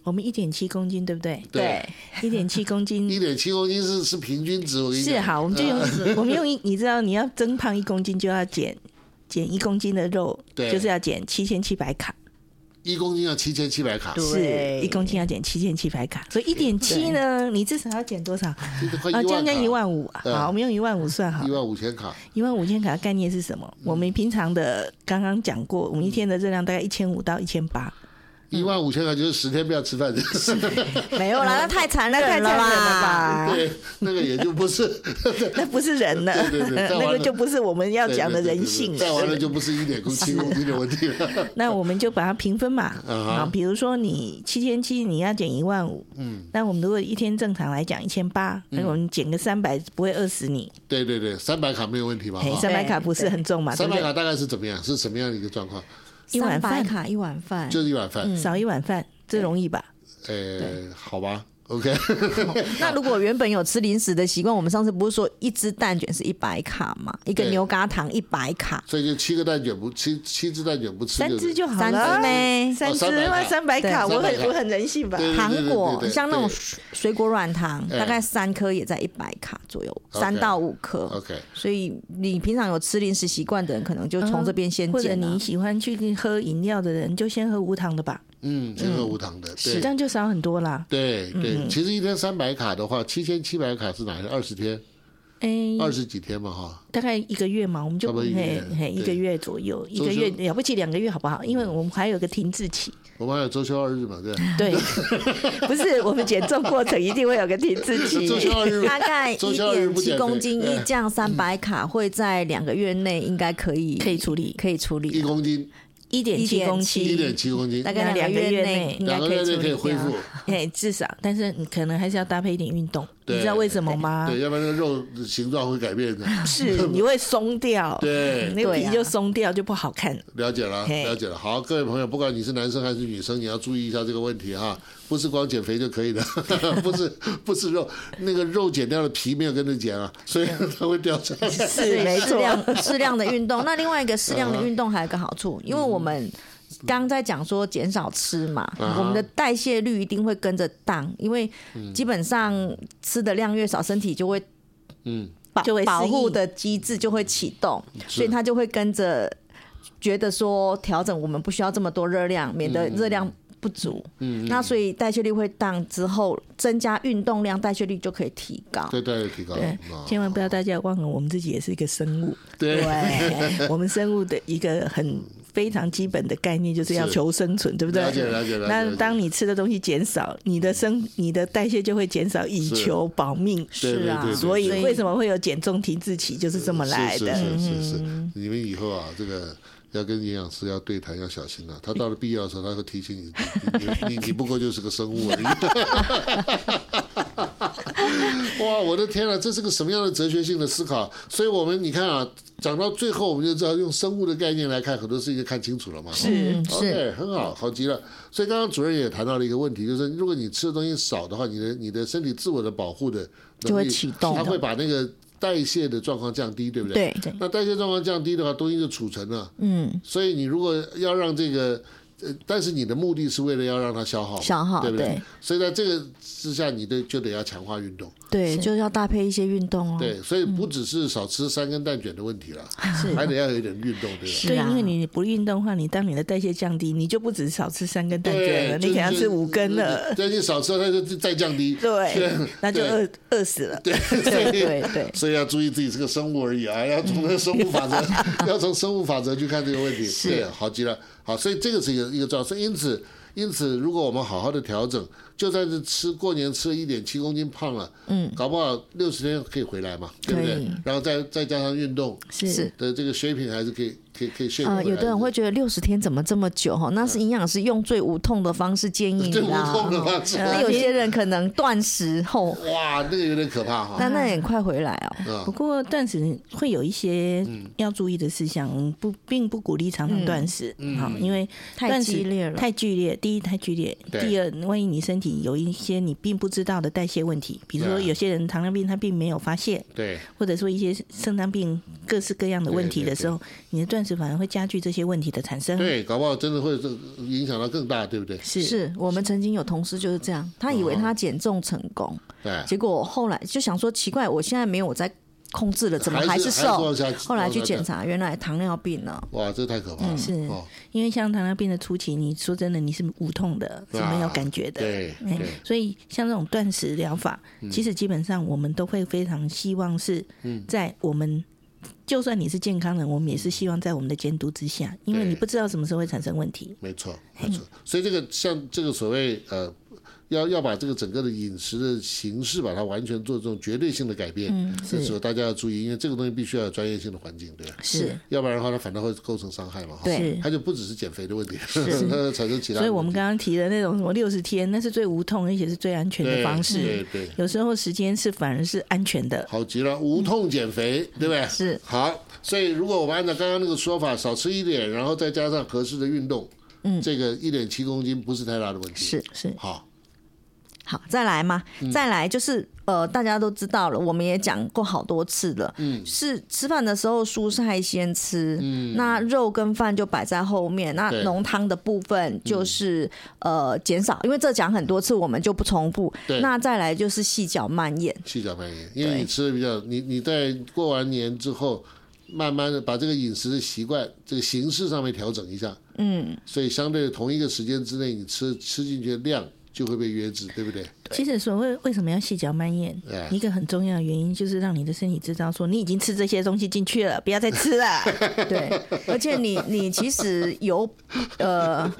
Speaker 3: 我们一点七公斤对不对？
Speaker 5: 对
Speaker 4: 对，
Speaker 3: 一点七公斤
Speaker 5: 一点七公斤是是平均值，我跟你
Speaker 3: 是
Speaker 4: 啊
Speaker 5: 讲。
Speaker 3: 好，我们就用我们用一， 你知道你要增胖一公斤就要减减一公斤的肉，
Speaker 5: 对
Speaker 3: 就是要减七千七百卡，
Speaker 5: 一公斤要七千七百卡，
Speaker 4: 对
Speaker 3: 是一公斤要减七千七百卡，所以一点七呢， 你至少要减多少？啊，
Speaker 5: 这快
Speaker 3: 将
Speaker 5: 一万卡，
Speaker 3: 近一万五，啊
Speaker 5: 嗯
Speaker 3: 好，我们用一万五算好
Speaker 5: 一，万五千卡，
Speaker 3: 一万五千卡的概念是什么？我们平常的刚刚讲过，我们一天的热量大概一千五到一千八，
Speaker 5: 一万五千卡就是十天不要吃饭，
Speaker 4: 没有啦，那太残忍
Speaker 3: 太残忍了吧？
Speaker 5: 对，那个也就不是，
Speaker 3: 那不是人了，
Speaker 5: 对 对对再完了
Speaker 3: 那个就不是我们要
Speaker 5: 对
Speaker 3: 讲的
Speaker 5: 对对
Speaker 3: 人
Speaker 5: 对
Speaker 3: 性了，啊
Speaker 5: 再完
Speaker 3: 对
Speaker 5: 了
Speaker 3: 不对
Speaker 5: 就不是一点公七公斤的问题了。
Speaker 3: 那我们就把它平分嘛。
Speaker 5: 嗯哼
Speaker 3: 啊，比如说你七千七，你要减一万五，嗯，那我们如果一天正常来讲一千八，那我们减个三百，不会饿死你。
Speaker 5: 对对对，三百卡没有问题吧？
Speaker 3: 哎，
Speaker 5: 哈
Speaker 3: 三百卡不是很重嘛，对
Speaker 5: 三
Speaker 3: 不
Speaker 5: 百
Speaker 3: 对？嗯
Speaker 5: 卡大概是怎么样？是什么样的一个状况？
Speaker 3: 一碗饭
Speaker 4: 300卡一碗饭，
Speaker 5: 就是一碗饭，
Speaker 3: 少一碗饭，这容易吧？
Speaker 5: 呃，好吧，OK，
Speaker 4: 那如果原本有吃零食的习惯，我们上次不是说一只蛋卷是一百卡嘛，一个
Speaker 5: 对
Speaker 4: 牛轧糖一百卡，
Speaker 5: 所以就七个蛋卷不七七只蛋卷不吃，
Speaker 3: 三只就好
Speaker 4: 三
Speaker 3: 了，
Speaker 4: 只呢？
Speaker 3: 三只
Speaker 5: 哦
Speaker 3: 哇，啊三百
Speaker 4: 对
Speaker 3: 卡，我
Speaker 5: 300卡
Speaker 3: 很我很人性吧？
Speaker 5: 对
Speaker 4: 糖
Speaker 5: 对对对
Speaker 4: 果
Speaker 5: 对
Speaker 4: 像那种
Speaker 5: 对
Speaker 4: 水水果软糖，
Speaker 5: 哎
Speaker 4: 大概三颗也在一百卡左右，
Speaker 5: OK
Speaker 4: 三到五颗。
Speaker 5: OK
Speaker 4: 所以你平常有吃零食习惯的人，可能就从这边先
Speaker 3: 或者
Speaker 4: 减啊
Speaker 3: 你喜欢去喝饮料的人，就先喝无糖的吧，
Speaker 5: 嗯，这个无糖的，
Speaker 3: 这
Speaker 5: 对
Speaker 3: 样就嗯少很多啦。
Speaker 5: 对对，其实一天三百卡的话，七千七百卡是哪二十天，
Speaker 3: 哎，
Speaker 4: 嗯
Speaker 5: 二十几天嘛哈，
Speaker 3: 大概一个月嘛，我们就
Speaker 5: 哦差不多一个
Speaker 3: 嘿
Speaker 5: 月
Speaker 3: 嘿一
Speaker 5: 对
Speaker 3: 个月左右，一
Speaker 5: 所
Speaker 3: 个
Speaker 5: 以
Speaker 3: 月
Speaker 5: 说
Speaker 3: 了不起两个月好不好？因为我们还有个停滞期。
Speaker 5: 我们还有周休二日嘛，对，
Speaker 3: 对，不是我们减重过程一定会有个停滞期。
Speaker 5: 周休二日
Speaker 4: 大概
Speaker 5: 周
Speaker 4: 一
Speaker 5: 休二日
Speaker 4: 点
Speaker 5: 不减
Speaker 4: 七
Speaker 5: 肥
Speaker 4: 公斤一降三百卡，会在两个月内应该可以
Speaker 5: 嗯
Speaker 3: 可以处理
Speaker 4: 可以处
Speaker 5: 一
Speaker 4: 理，
Speaker 5: 公斤
Speaker 3: 一点七公
Speaker 5: 一
Speaker 3: 斤，
Speaker 5: 点七公斤
Speaker 4: 大，概两个月内应该
Speaker 5: 两个月
Speaker 4: 处
Speaker 5: 内可以
Speaker 4: 理
Speaker 5: 恢
Speaker 4: 掉
Speaker 5: 复。，
Speaker 3: 哎，至少，但是你可能还是要搭配一点运动。
Speaker 5: 对
Speaker 3: 你知道为什么吗？
Speaker 5: 对，要不然那个肉形状会改变 的。
Speaker 3: 是你会松掉，
Speaker 5: 对
Speaker 3: 那个
Speaker 4: 对
Speaker 3: 皮
Speaker 4: 啊
Speaker 3: 就松掉，就不好看。
Speaker 5: 了解了，
Speaker 3: 嘿
Speaker 5: 了解了。好，各位朋友，不管你是男生还是女生，你要注意一下这个问题哈，不是光减肥就可以的， 不是不是肉，那个肉减掉了，皮没有跟着减啊，所以它会掉下 来。
Speaker 3: 是没
Speaker 4: 适
Speaker 3: 错，
Speaker 4: 量适量的运动。那另外一个适量的运动还有一个好处，因为我们。刚在讲说减少吃嘛
Speaker 5: 嗯哼
Speaker 4: 我们的代谢率一定会跟着荡，因为基本上吃的量越少，身体就会
Speaker 5: 嗯，
Speaker 4: 保
Speaker 3: 就会适应
Speaker 4: 保护的机制就会启动，
Speaker 5: 是
Speaker 4: 所以它就会跟着觉得说调整，我们不需要这么多热量，免得热量不足。嗯，那所以代谢率会荡之后，增加运动量，代谢率就可以提高。
Speaker 5: 对，代谢提高。
Speaker 3: 对
Speaker 5: 啊，
Speaker 3: 千哎 万不要大家忘了，我们自己也是一个生物，
Speaker 5: 对
Speaker 3: 我们生物的一个很非常基本的概念，就是要
Speaker 5: 是
Speaker 3: 求生存，对不对？
Speaker 5: 了解了解了解
Speaker 3: 那
Speaker 5: 了解
Speaker 3: 当你吃的东西减少，你的生你的代谢就会减少，以
Speaker 5: 是
Speaker 3: 求保命。
Speaker 5: 对
Speaker 4: 是啊
Speaker 5: 对对对
Speaker 3: 所以
Speaker 5: 对
Speaker 3: 为什么会有减重停滞期，就是这么来的。嗯
Speaker 5: 是是是是是，你们以后啊，这个要跟营养师要对谈，要小心了、他到了必要的时候，他会提醒 你，你你你不过就是个生物而已。 哇，我的天啊，这是个什么样的哲学性的思考？所以我们你看啊，讲到最后，我们就知道用生物的概念来看很多事情就看清楚了嘛。是
Speaker 4: 嗯是
Speaker 5: OK，很好，好极了。所以刚刚主任也谈到了一个问题，就是如果你吃的东西少的话，你的你的身体自我的保护的
Speaker 4: 就会
Speaker 5: 能力
Speaker 4: 启动
Speaker 5: 它会把那个代谢的状况降低，对不对？
Speaker 4: 对，
Speaker 5: 那代谢状况降低的话，东西就储存了。
Speaker 4: 嗯，
Speaker 5: 所以你如果要让这个，呃，但是你的目的是为了要让它消耗嘛，
Speaker 4: 消耗
Speaker 5: 对不
Speaker 4: 对
Speaker 5: 所以在这个之下，你对就得要强化运动。
Speaker 4: 对，就是要搭配一些运动哦。
Speaker 5: 对，所以不只是少吃三根蛋卷的问题了，
Speaker 4: 是
Speaker 5: 还得要有一点运动，对吧？
Speaker 4: 是
Speaker 3: 对，
Speaker 4: 啊
Speaker 3: 因为你不运动的话，你当你的代谢降低，你就不只少吃三根蛋卷了，
Speaker 5: 对，
Speaker 3: 你可能要吃五根了。
Speaker 5: 对，你少吃它就再降低。
Speaker 3: 对，那就
Speaker 5: 对
Speaker 3: 饿饿死了。
Speaker 5: 对， 所以
Speaker 4: 对对
Speaker 5: 所以要注意自己是个生物而已啊，要从那个生物法 则，要从生物法则去看这个问题。对，好极了，好，所以这个是一个一个状况，所以因此。因此，如果我们好好的调整，就算是吃过年吃了一点七公斤胖了，嗯，搞不好六十天可以回来嘛，对不
Speaker 4: 可
Speaker 5: 对
Speaker 4: 以？
Speaker 5: 然后再再加上运动
Speaker 4: 是。
Speaker 5: 的这个水平，还是可以可以可以训练
Speaker 4: 呃，
Speaker 5: 回来
Speaker 4: 有的人会觉得六十天怎么这么久哈？那是营养师用最无痛的方式建议
Speaker 5: 嗯
Speaker 4: 你
Speaker 5: 对无
Speaker 4: 啦。
Speaker 5: 痛的
Speaker 4: 哈
Speaker 5: 方式，啊
Speaker 4: 那有些人可能断食后，
Speaker 5: 哇，那个有点可怕哈。
Speaker 4: 那那也很快回来
Speaker 5: 嗯
Speaker 4: 哦。
Speaker 3: 不过断食会有一些要注意的事项，不并不鼓励常常断食，
Speaker 5: 嗯
Speaker 3: 好，因为
Speaker 4: 太
Speaker 3: 断食
Speaker 4: 激烈了
Speaker 3: 太剧烈。第一，太剧烈；
Speaker 5: 对
Speaker 3: 第二，万一你身体有一些你并不知道的代谢问题，比如说
Speaker 5: 对啊
Speaker 3: 有些人糖尿病他并没有发现，
Speaker 5: 对，
Speaker 3: 或者说一些肾脏病各式各样的问题的时候，你的断食反而会加剧这些问题的产生。
Speaker 5: 对，搞不好真的会这个影响到更大，对不对？
Speaker 3: 嗯是
Speaker 4: 是我们曾经有同事就是这样，他以为他减重成功，
Speaker 5: 对，
Speaker 4: 结果后来就想说奇怪，我现在没有我在控制了，怎么
Speaker 5: 还是还
Speaker 4: 是
Speaker 5: 是
Speaker 4: 瘦
Speaker 5: 往下？
Speaker 4: 后来去
Speaker 5: 往下
Speaker 4: 检查，原来糖尿病了。
Speaker 5: 哇，这太可怕了。
Speaker 3: 是
Speaker 5: 哦，
Speaker 3: 因为像糖尿病的初期，你说真的你是无痛的，是没有感觉的。
Speaker 5: 对
Speaker 3: 哎
Speaker 5: 对，嗯
Speaker 3: 所以像这种断食疗法，其实基本上我们都会非常希望是在我们。就算你是健康人，我们也是希望在我们的监督之下，因为
Speaker 5: 对
Speaker 3: 你不知道什么时候会产生问题。
Speaker 5: 没错，没错。所以这个像这个所谓呃，要要把这个整个的饮食的形式，把它完全做这种绝对性的改变，这时候大家要注意，因为这个东西必须要有专业性的环境，对吧？
Speaker 4: 是，
Speaker 5: 要不然的话，它反倒会构成伤害嘛。哈
Speaker 4: 对
Speaker 5: 它就不只是减肥的问题，它会 产生其他的问题。
Speaker 3: 所以我们刚刚提的那种什么六十天，那是最无痛而且是最安全的
Speaker 5: 对
Speaker 3: 方式。
Speaker 5: 对对，
Speaker 3: 有时候时间是反而是安全的。
Speaker 5: 好极了，无痛减肥，对不对？
Speaker 4: 嗯是。
Speaker 5: 好，所以如果我们按照刚刚那个说法，少吃一点，然后再加上合适的运动，嗯，这个一点七公斤不是太大的问题。
Speaker 4: 是。
Speaker 3: 是
Speaker 5: 好，
Speaker 4: 好，再来嘛，
Speaker 5: 嗯
Speaker 4: 再来就是呃，大家都知道了，我们也讲过好多次了，嗯，是吃饭的时候蔬菜先吃，嗯，那肉跟饭就摆在后面，那
Speaker 5: 对嗯
Speaker 4: 浓汤的部分就是、呃减少，因为这讲很多次，我们就不重复
Speaker 5: 对。
Speaker 4: 那再来就是细嚼慢咽，
Speaker 5: 细嚼慢咽，因为
Speaker 4: 对
Speaker 5: 你吃的比较，你你在过完年之后，慢慢的把这个饮食的习惯、这个形式上面调整一下，嗯，所以相对的同一个时间之内，你吃吃进去的量就会被约制，对不对？
Speaker 3: 其实所谓为什么要细嚼慢咽
Speaker 5: 哎，
Speaker 3: 一个很重要的原因就是让你的身体知道说你已经吃这些东西进去了，不要再吃了。
Speaker 4: 对，而且你你其实有呃，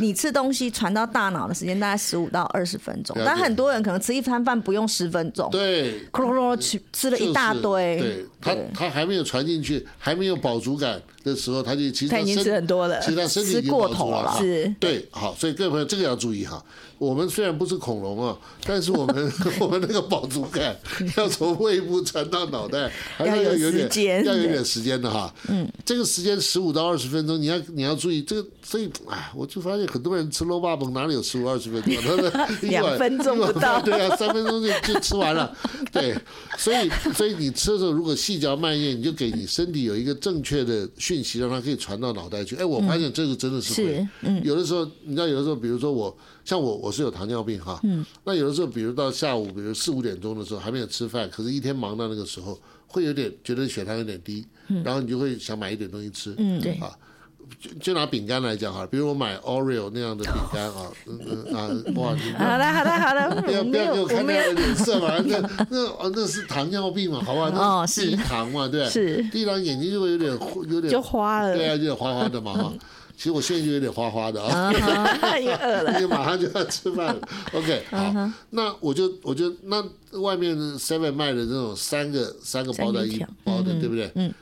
Speaker 4: 你吃东西传到大脑的时间大概十五到二十分钟，
Speaker 5: 了解
Speaker 4: 但很多人可能吃一餐饭不用十分钟，
Speaker 5: 对，
Speaker 4: 咕噜咕噜吃吃了
Speaker 5: 就是
Speaker 4: 一大堆，
Speaker 5: 对他
Speaker 4: 对
Speaker 5: 他还没有传进去，还没有饱足感的时候，他就其实
Speaker 3: 他已经
Speaker 5: 身
Speaker 3: 吃很多了
Speaker 5: 其实他身体已
Speaker 4: 吃
Speaker 5: 经
Speaker 4: 过
Speaker 5: 饱足
Speaker 4: 头
Speaker 5: 了
Speaker 4: 了
Speaker 5: 哈。
Speaker 3: 是
Speaker 5: 对，好，所以各位朋友这个要注意哈。我们虽然不是恐龙啊，但是 我们我们那个饱足感要从胃部传到脑袋，还是
Speaker 3: 要有
Speaker 5: 有点
Speaker 3: 时间
Speaker 5: 要有点时间的哈。嗯，这个时间十五到二十分钟，你要你要注意这个。所以哎，我就发现很多人吃肉霸崩哪里有十五二十分钟啊， 他的一
Speaker 3: 两
Speaker 5: 碗
Speaker 3: 分钟不
Speaker 5: 一碗饭
Speaker 3: 到
Speaker 5: 对对啊，三分钟就就吃完了。对，所以所以你吃的时候，如果细嚼慢咽，你就给你身体有一个正确的讯息，让它可以传到脑袋去。哎，我发现这个真的是会。
Speaker 3: 是
Speaker 5: 有的时候，你知道，有的时候，比如说我，像我，我是有糖尿病哈。嗯。那有的时候，比如到下午，比如四五点钟的时候还没有吃饭，可是一天忙到那个时候，会有点觉得血糖有点低，然后你就会想买一点东西吃。嗯，
Speaker 3: 对
Speaker 5: 啊。就就拿饼干来讲哈，比如我买 Oreo 那样的饼干啊，嗯嗯啊，哇，你不要
Speaker 4: 好的，好的，好的，
Speaker 5: 不要
Speaker 4: 我
Speaker 5: 不
Speaker 4: 嗯没
Speaker 5: 要给
Speaker 4: 有，
Speaker 5: 我
Speaker 4: 我
Speaker 5: 看
Speaker 4: 没
Speaker 5: 那个
Speaker 4: 有，
Speaker 5: 脸色嘛， 那那哦那是糖尿病嘛，好不好？那
Speaker 4: 哦是
Speaker 5: 低糖嘛，对不对，
Speaker 4: 是
Speaker 5: 低糖眼睛就会有点昏有点
Speaker 4: 就花了
Speaker 5: 对啊，有点花花的嘛 哈。其实我现在就有点花花的啊，
Speaker 4: 又饿了。
Speaker 5: 因
Speaker 4: 啊
Speaker 5: 为马上就要吃饭了。OK，好， 那我就我就那外面 Seven 卖的这种三个三个包在
Speaker 4: 三一
Speaker 5: 一
Speaker 4: 条
Speaker 5: 包的，对不对？嗯。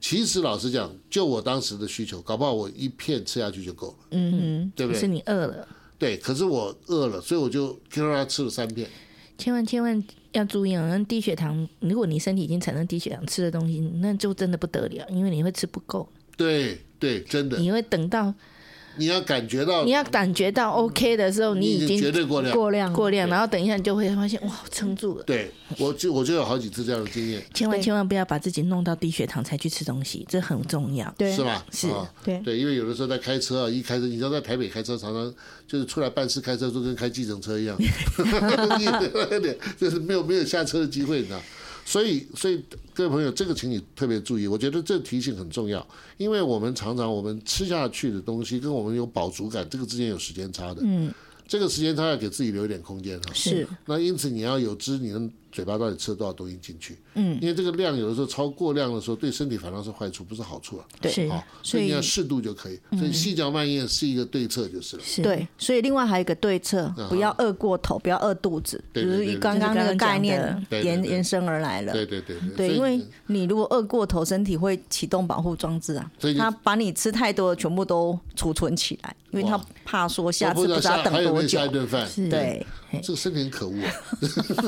Speaker 5: 其实老实讲，就我当时的需求，搞不好我一片吃下去就够了。
Speaker 4: 嗯
Speaker 5: 对不对
Speaker 4: 是你饿了，
Speaker 5: 对，可是我饿了，所以我就就让他吃了三片。
Speaker 3: 千万千万要注意哦，那低血糖，如果你身体已经产生低血糖，吃的东西那就真的不得了，因为你会吃不够，
Speaker 5: 对对，哦真的，
Speaker 3: 你会等到
Speaker 5: 你要感觉到
Speaker 3: 你要感觉到 OK 的时候，
Speaker 5: 你
Speaker 3: 已
Speaker 5: 已经
Speaker 3: 经
Speaker 5: 绝对过量。
Speaker 4: 过量，
Speaker 3: 过量，然后等一下你就会发现哇撑住了。
Speaker 5: 对，我就我就有好几次这样的经验，
Speaker 3: 千万
Speaker 4: 对
Speaker 3: 千万不要把自己弄到低血糖才去吃东西，这很重要。
Speaker 4: 对
Speaker 5: 是吧？
Speaker 3: 是
Speaker 5: 啊
Speaker 4: 对
Speaker 5: 对，因为有的时候在开车啊，一开车，你知道在台北开车，常常就是出来办事开车都跟开计程车一样，你有点就是没有没有下车的机会，你知道。所以，所以各位朋友，这个请你特别注意，我觉得这提醒很重要，因为我们常常我们吃下去的东西跟我们有饱足感，这个之间有时间差的。嗯，这个时间差要给自己留一点空间哈。
Speaker 4: 是
Speaker 5: 那因此你要有知你的嘴巴到底吃了多少东西进去，嗯，因为这个量有的时候超过量的时候，对身体反而是坏处，不是好处啊。
Speaker 4: 对
Speaker 5: 好、
Speaker 4: 所
Speaker 5: 所
Speaker 4: 以
Speaker 5: 以你要适度就可以。所以细嚼慢咽是一个对策就是了。
Speaker 3: 是，
Speaker 4: 对，所以另外还有一个对策，不要饿过头，不要饿肚子，就
Speaker 5: 对对
Speaker 4: 是
Speaker 5: 对
Speaker 4: 以
Speaker 5: 对
Speaker 4: 刚刚那个
Speaker 3: 就是刚刚
Speaker 4: 概
Speaker 3: 讲
Speaker 4: 念
Speaker 5: 的对对
Speaker 4: 延
Speaker 5: 对
Speaker 4: 延伸而来了。
Speaker 5: 对对对对，
Speaker 4: 啊对，因
Speaker 5: 所以
Speaker 4: 为你如果饿过头，身体会启动保护装置啊
Speaker 5: 所以，你
Speaker 4: 它把你吃太多的全部都储存起来，因为它
Speaker 5: 哇
Speaker 4: 怕说下
Speaker 5: 我
Speaker 4: 次
Speaker 5: 不
Speaker 4: 不
Speaker 5: 知道
Speaker 4: 知道
Speaker 5: 下还
Speaker 4: 等
Speaker 5: 有没有
Speaker 4: 多久
Speaker 5: 下一。顿饭。
Speaker 3: 是
Speaker 4: 对，
Speaker 5: 这个身体很可恶啊！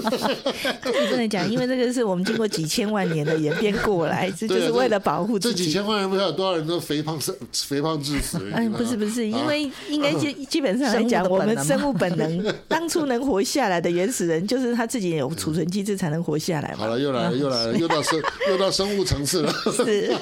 Speaker 3: 我跟你 讲，因为这个是我们经过几千万年的演变过来，这就
Speaker 5: 对啊
Speaker 3: 是为了保护
Speaker 5: 这
Speaker 3: 自
Speaker 5: 几
Speaker 3: 己。
Speaker 5: 千万人不知道有多少人都肥胖死，肥胖致死。你知道
Speaker 3: 哎，
Speaker 5: 吗
Speaker 3: 不是不是，因
Speaker 5: 啊
Speaker 3: 为应该基基本上来
Speaker 4: 生物的
Speaker 3: 讲，我
Speaker 4: 本
Speaker 3: 们
Speaker 4: 能
Speaker 3: 生物本 能当初能活下来的原始人，就是他自己有储存机制才能活下来
Speaker 5: 好
Speaker 3: 嘛。
Speaker 5: 了，又来了，又来了，又到生，又到生物层次了。
Speaker 3: 是，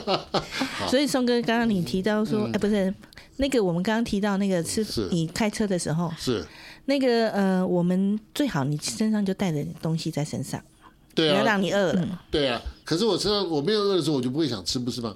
Speaker 3: 所以宋哥，刚刚你提到说，哎，不是那个我们刚刚提到那个吃
Speaker 5: 嗯是，
Speaker 3: 你开车的时候，
Speaker 5: 是，
Speaker 3: 那个呃，我们最好你身上就带着东西在身上，不
Speaker 5: 对
Speaker 3: 要
Speaker 5: 啊，
Speaker 3: 让你饿了。
Speaker 5: 对啊。可是我身上我没有饿的时候，我就不会想吃，不是吗？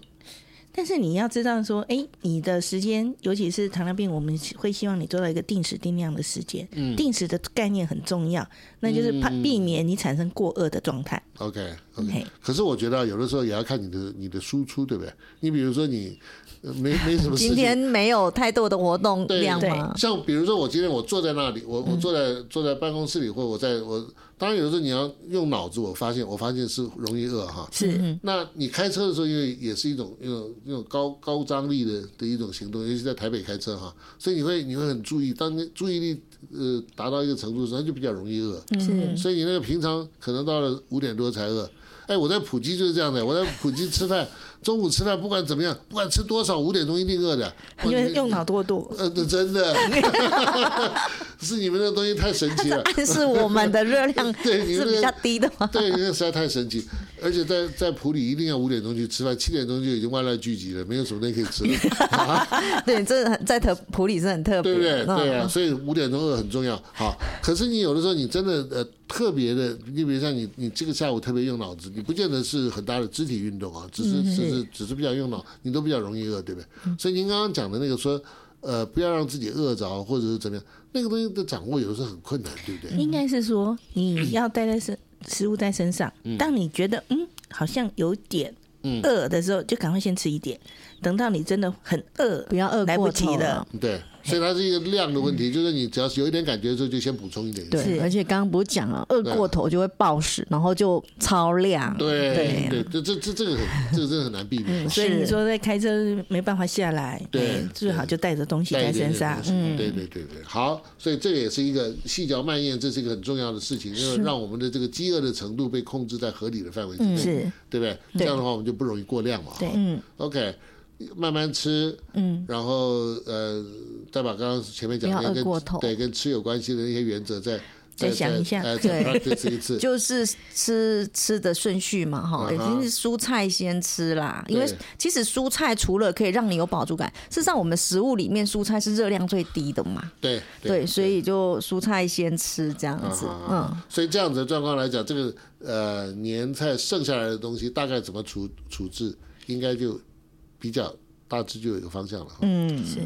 Speaker 3: 但是你要知道说，哎、你的时间，尤其是糖尿病，我们会希望你做到一个定时定量的时间。嗯，定时的概念很重要，那就是怕
Speaker 5: 嗯
Speaker 3: 避免你产生过饿的状态。
Speaker 5: OK
Speaker 3: 嘿
Speaker 5: OK，可是我觉得啊有的时候也要看你的你的输出，对不对？你比如说你呃没没什么事情，
Speaker 4: 今天没有太多的活动
Speaker 5: 对
Speaker 4: 量
Speaker 5: 对
Speaker 4: 嘛，
Speaker 3: 嗯
Speaker 5: 像比如说我今天我坐在那里，我我坐在、坐在办公室里，或者我在我当然有的时候你要用脑子，我发现我发现是容易饿哈。
Speaker 3: 是，
Speaker 5: 那你开车的时候，因为也是一种一种一种高高张力的的一种行动，尤其是在台北开车哈，所以你会你会很注意，当你注意力呃达到一个程度的时候，它就比较容易饿。
Speaker 3: 嗯
Speaker 4: 是
Speaker 5: 所以你那个平常可能到了五点多才饿。哎，我在普吉就是这样的，我在普吉吃饭，中午吃饭不管怎么样，不管吃多少，五点钟一定饿的。
Speaker 3: 因为
Speaker 5: 我
Speaker 3: 用脑过度。
Speaker 5: 呃，这真的，是你们那个东西太神奇了。
Speaker 4: 暗示我们的热量
Speaker 5: 对你
Speaker 4: 是
Speaker 5: 这
Speaker 4: 比较低的嘛。
Speaker 5: 对，那实在太神奇，而且在在普里一定要五点钟去吃饭，七点钟就已经外来聚集了，没有什么东西可以吃了。
Speaker 4: 对，这很在特普里是很特别
Speaker 5: 对不对
Speaker 4: 的，？
Speaker 5: 对啊，
Speaker 4: 嗯
Speaker 5: 所以五点钟饿很重要。好，可是你有的时候你真的呃特别的，你比如像你你这个下午特别用脑子，你不见得是很大的肢体运动啊，只是只是只是比较用脑，你都比较容易饿，对不对？所以您刚刚讲的那个说。呃，不要让自己饿着，或者是怎么样，那个东西的掌握有的时候很困难，对不对？
Speaker 3: 应该是说你要带在身食物在身上，当你觉得嗯好像有点
Speaker 5: 嗯
Speaker 3: 饿的时候，就赶快先吃一点，等到你真的很饿，
Speaker 4: 不要饿
Speaker 3: 来不
Speaker 4: 过
Speaker 3: 及
Speaker 4: 头
Speaker 3: 了。
Speaker 5: 对，所以它是一个量的问题，就是你只要是有一点感觉的时候，就先补充一点。
Speaker 4: 对，而且刚刚不是讲了，饿过头就会暴食，然后就超量。
Speaker 5: 对
Speaker 4: 对
Speaker 5: 对，这这这这个很，这个真的很难避免。
Speaker 3: 所以你
Speaker 4: 是
Speaker 3: 说在开车没办法下来，
Speaker 5: 对
Speaker 3: 哎最好就带着东西
Speaker 5: 带
Speaker 3: 在
Speaker 5: 一点
Speaker 3: 身
Speaker 5: 点
Speaker 3: 上嗯
Speaker 5: 东。西对对对对，好，所以这也是一个细嚼慢咽，这是一个很重要的事情，就是让我们的这个饥饿的程度被控制在合理的范围之内，
Speaker 3: 是
Speaker 5: 对不对？这样的话我们就不容易过量嘛。
Speaker 3: 对
Speaker 5: 哈 OK，慢慢吃，嗯，然后呃，再把刚刚前面讲
Speaker 4: 不要
Speaker 5: 的
Speaker 4: 饿过头
Speaker 5: 跟对跟吃有关系的那些原则再
Speaker 3: 再想一下
Speaker 5: 呃再
Speaker 4: 对
Speaker 5: practice 一次。
Speaker 4: 就是吃吃的顺序嘛，哈，
Speaker 5: 嗯
Speaker 4: 已
Speaker 5: 哼
Speaker 4: 经是蔬菜先吃啦。因为
Speaker 5: 对
Speaker 4: 其实蔬菜除了可以让你有饱足感，事实上我们食物里面蔬菜是热量最低的嘛，
Speaker 5: 对
Speaker 4: 对，所以就蔬菜先吃这样子，
Speaker 5: 啊
Speaker 4: 嗯，
Speaker 5: 所以这样子的状况来讲，这个呃年菜剩下来的东西大概怎么处处置，应该就比较大致就有一个方向了。
Speaker 4: 嗯，是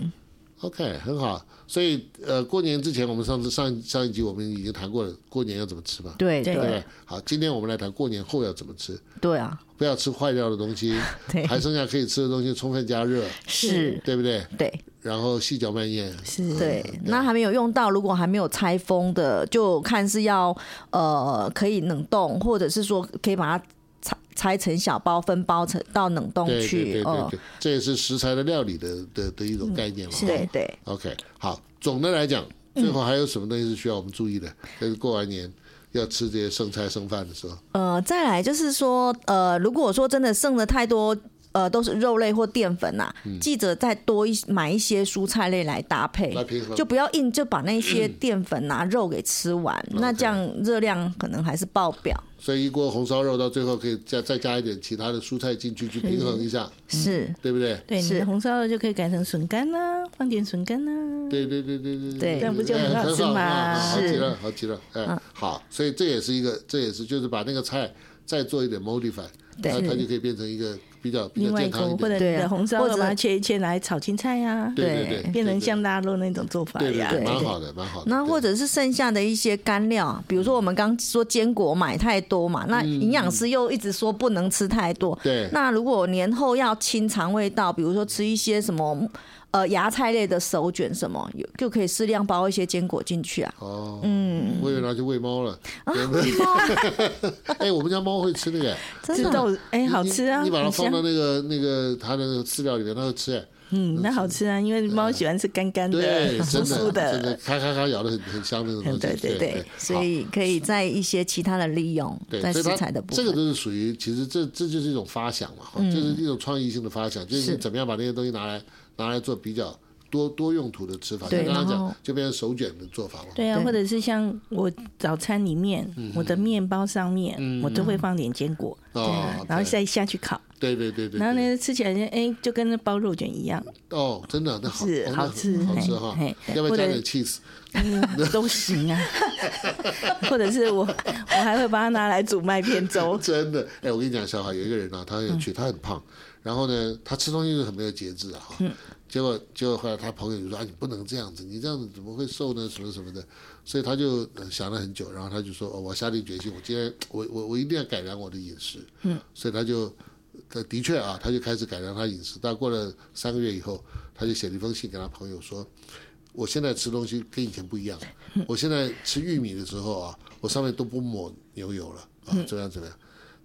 Speaker 5: OK，很好。所以呃，过年之前，我们上次上一上一集我们已经谈过了，过年要怎么吃嘛，
Speaker 4: 对
Speaker 3: 对
Speaker 5: 对不
Speaker 4: 对
Speaker 5: 对？好，今天我们来谈过年后要怎么吃，
Speaker 4: 对啊，
Speaker 5: 不要吃坏掉的东西，
Speaker 4: 对
Speaker 5: 还剩下可以吃的东西充分加 热，
Speaker 4: 是，
Speaker 5: 对不对？
Speaker 4: 对
Speaker 5: 然后细嚼慢咽，
Speaker 3: 是
Speaker 4: 对。那还没有用到，如果还没有拆封的，就看是要呃可以冷冻，或者是说可以把它拆拆成小包，分包成到冷冻
Speaker 5: 对对
Speaker 4: 去
Speaker 5: 对。对
Speaker 4: 哦，
Speaker 5: 对，这也是食材的料理的的的一种概念嘛。哈
Speaker 4: 对对。
Speaker 5: OK，好，总的来讲，最后还有什么东西是需要我们注意的？就是过完年要吃这些剩菜剩饭的时候，
Speaker 4: 呃，再来就是说，呃，如果说真的剩的太多。呃，都是肉类或淀粉呐、
Speaker 5: 嗯
Speaker 4: 记者再多一买一些蔬菜类来搭配
Speaker 5: 那，平衡
Speaker 4: 就不要硬就把那
Speaker 5: 嗯
Speaker 4: 些淀粉呐、肉给吃完，那这样热量可能还是爆表。
Speaker 5: 所以一锅红烧肉到最后可以加再加一点其他的蔬菜进去去平衡一下，
Speaker 4: 嗯是，
Speaker 5: 对不对？
Speaker 3: 对，你
Speaker 4: 是
Speaker 3: 的红烧肉就可以改成笋干啦，放点笋干啊啦。
Speaker 5: 对对对对对
Speaker 4: 对
Speaker 5: 哎
Speaker 4: 这
Speaker 3: 样不就很好
Speaker 5: 很
Speaker 3: 吃
Speaker 5: 好
Speaker 3: 吗
Speaker 5: 很好好
Speaker 4: 是
Speaker 5: 极了，好极了，哎，好，所以这也是一个，这也是就是把那个菜再做一点 modify，
Speaker 4: 对
Speaker 5: 它它就可以变成一个比较比
Speaker 3: 另
Speaker 5: 较
Speaker 3: 外一
Speaker 5: 健
Speaker 3: 个
Speaker 5: 康一
Speaker 3: 或
Speaker 5: 点
Speaker 3: 者你
Speaker 5: 的，
Speaker 4: 对
Speaker 3: 的
Speaker 4: 啊
Speaker 3: 红烧
Speaker 4: 或
Speaker 3: 肉
Speaker 4: 者
Speaker 3: 把它切一切拿来炒青菜呀，
Speaker 5: 对对
Speaker 4: 对
Speaker 5: 对，
Speaker 3: 变成
Speaker 5: 对
Speaker 3: 像腊肉那种做法
Speaker 5: 对对
Speaker 3: 呀
Speaker 5: 对，。
Speaker 4: 对
Speaker 5: 蛮好的，蛮好的。
Speaker 4: 那
Speaker 5: 哦对
Speaker 4: 或者是剩下的一些干料，比如说我们刚说坚果买太多嘛，那营养师又一直说不能吃太多。
Speaker 5: 嗯对
Speaker 4: 那如果年后要清肠胃道，比如说吃一些什么呃芽菜类的手卷什么，有就可以适量包一些坚果进去啊。
Speaker 5: 哦，嗯，我以为拿去喂猫了。 哎，我们家猫会吃那个，
Speaker 4: 真
Speaker 3: 吃
Speaker 4: 的
Speaker 3: 豆哎，
Speaker 5: 你
Speaker 3: 好
Speaker 5: 你
Speaker 3: 吃啊，
Speaker 5: 你把它
Speaker 3: 很
Speaker 5: 放
Speaker 3: 香
Speaker 5: 到。那个那个它的那个饲料里面，它会吃。哎，
Speaker 3: 嗯，那好吃啊，因为猫喜欢吃干干
Speaker 5: 对，
Speaker 3: 的、
Speaker 5: 真
Speaker 3: 酥嗯酥
Speaker 5: 的，真的，
Speaker 3: 的。嗯
Speaker 5: 咔咔咔咬的很很香的那种东西。
Speaker 3: 对对
Speaker 5: 对
Speaker 4: 对，所
Speaker 5: 好
Speaker 4: 以可以在一些其他的利用，
Speaker 5: 对，
Speaker 4: 在
Speaker 5: 所以
Speaker 4: 食
Speaker 5: 它
Speaker 4: 材的部
Speaker 5: 这个
Speaker 4: 分。
Speaker 5: 都是属于，其实这这就是一种发想嘛，哈这是
Speaker 3: 嗯
Speaker 5: 一种创意性的发想，就是你怎么样把那些东西拿来拿来做比较多多用途的吃法。
Speaker 4: 对
Speaker 5: 像刚刚
Speaker 4: 然
Speaker 5: 讲
Speaker 4: 后
Speaker 5: 就变成手卷的做法嘛。
Speaker 3: 对啊，
Speaker 4: 对
Speaker 3: 或者是像我早餐里面，
Speaker 5: 嗯
Speaker 3: 我的面包上面我都会放点坚果，
Speaker 5: 哦，
Speaker 3: 啊然后
Speaker 5: 对
Speaker 3: 再下去烤，
Speaker 5: 对对对对，
Speaker 3: 然后
Speaker 5: 对
Speaker 3: 呢吃起来就哎就跟那包肉卷一样，
Speaker 5: 哦，真的，那好，
Speaker 3: 是
Speaker 5: 哦那
Speaker 3: 好
Speaker 5: 很
Speaker 3: 吃
Speaker 5: 好吃
Speaker 3: 嘿
Speaker 5: 哈
Speaker 3: 嘿，
Speaker 5: 要不要
Speaker 3: 或
Speaker 5: 加
Speaker 3: 者
Speaker 5: 点 cheese？
Speaker 3: 都行啊。 或者是我我还会把它拿来煮麦片粥，
Speaker 5: 真的，哎，我跟你讲，小孩有一个人啊，他很有趣，他很胖，然后呢，他吃东西就很没有节制啊，哈，结果结果后来他朋友就说啊，你不能这样子，你这样子怎么会瘦呢？什么什么的，所以他就呃想了很久，然后他就说，哦，我下定决心，我今天我我我一定要改良我的饮食，嗯，所以他就。他的确啊，他就开始改良他饮食。但过了三个月以后，他就写了一封信给他朋友说：“我现在吃东西跟以前不一样，我现在吃玉米的时候啊，我上面都不抹牛油了啊，怎么样怎么样？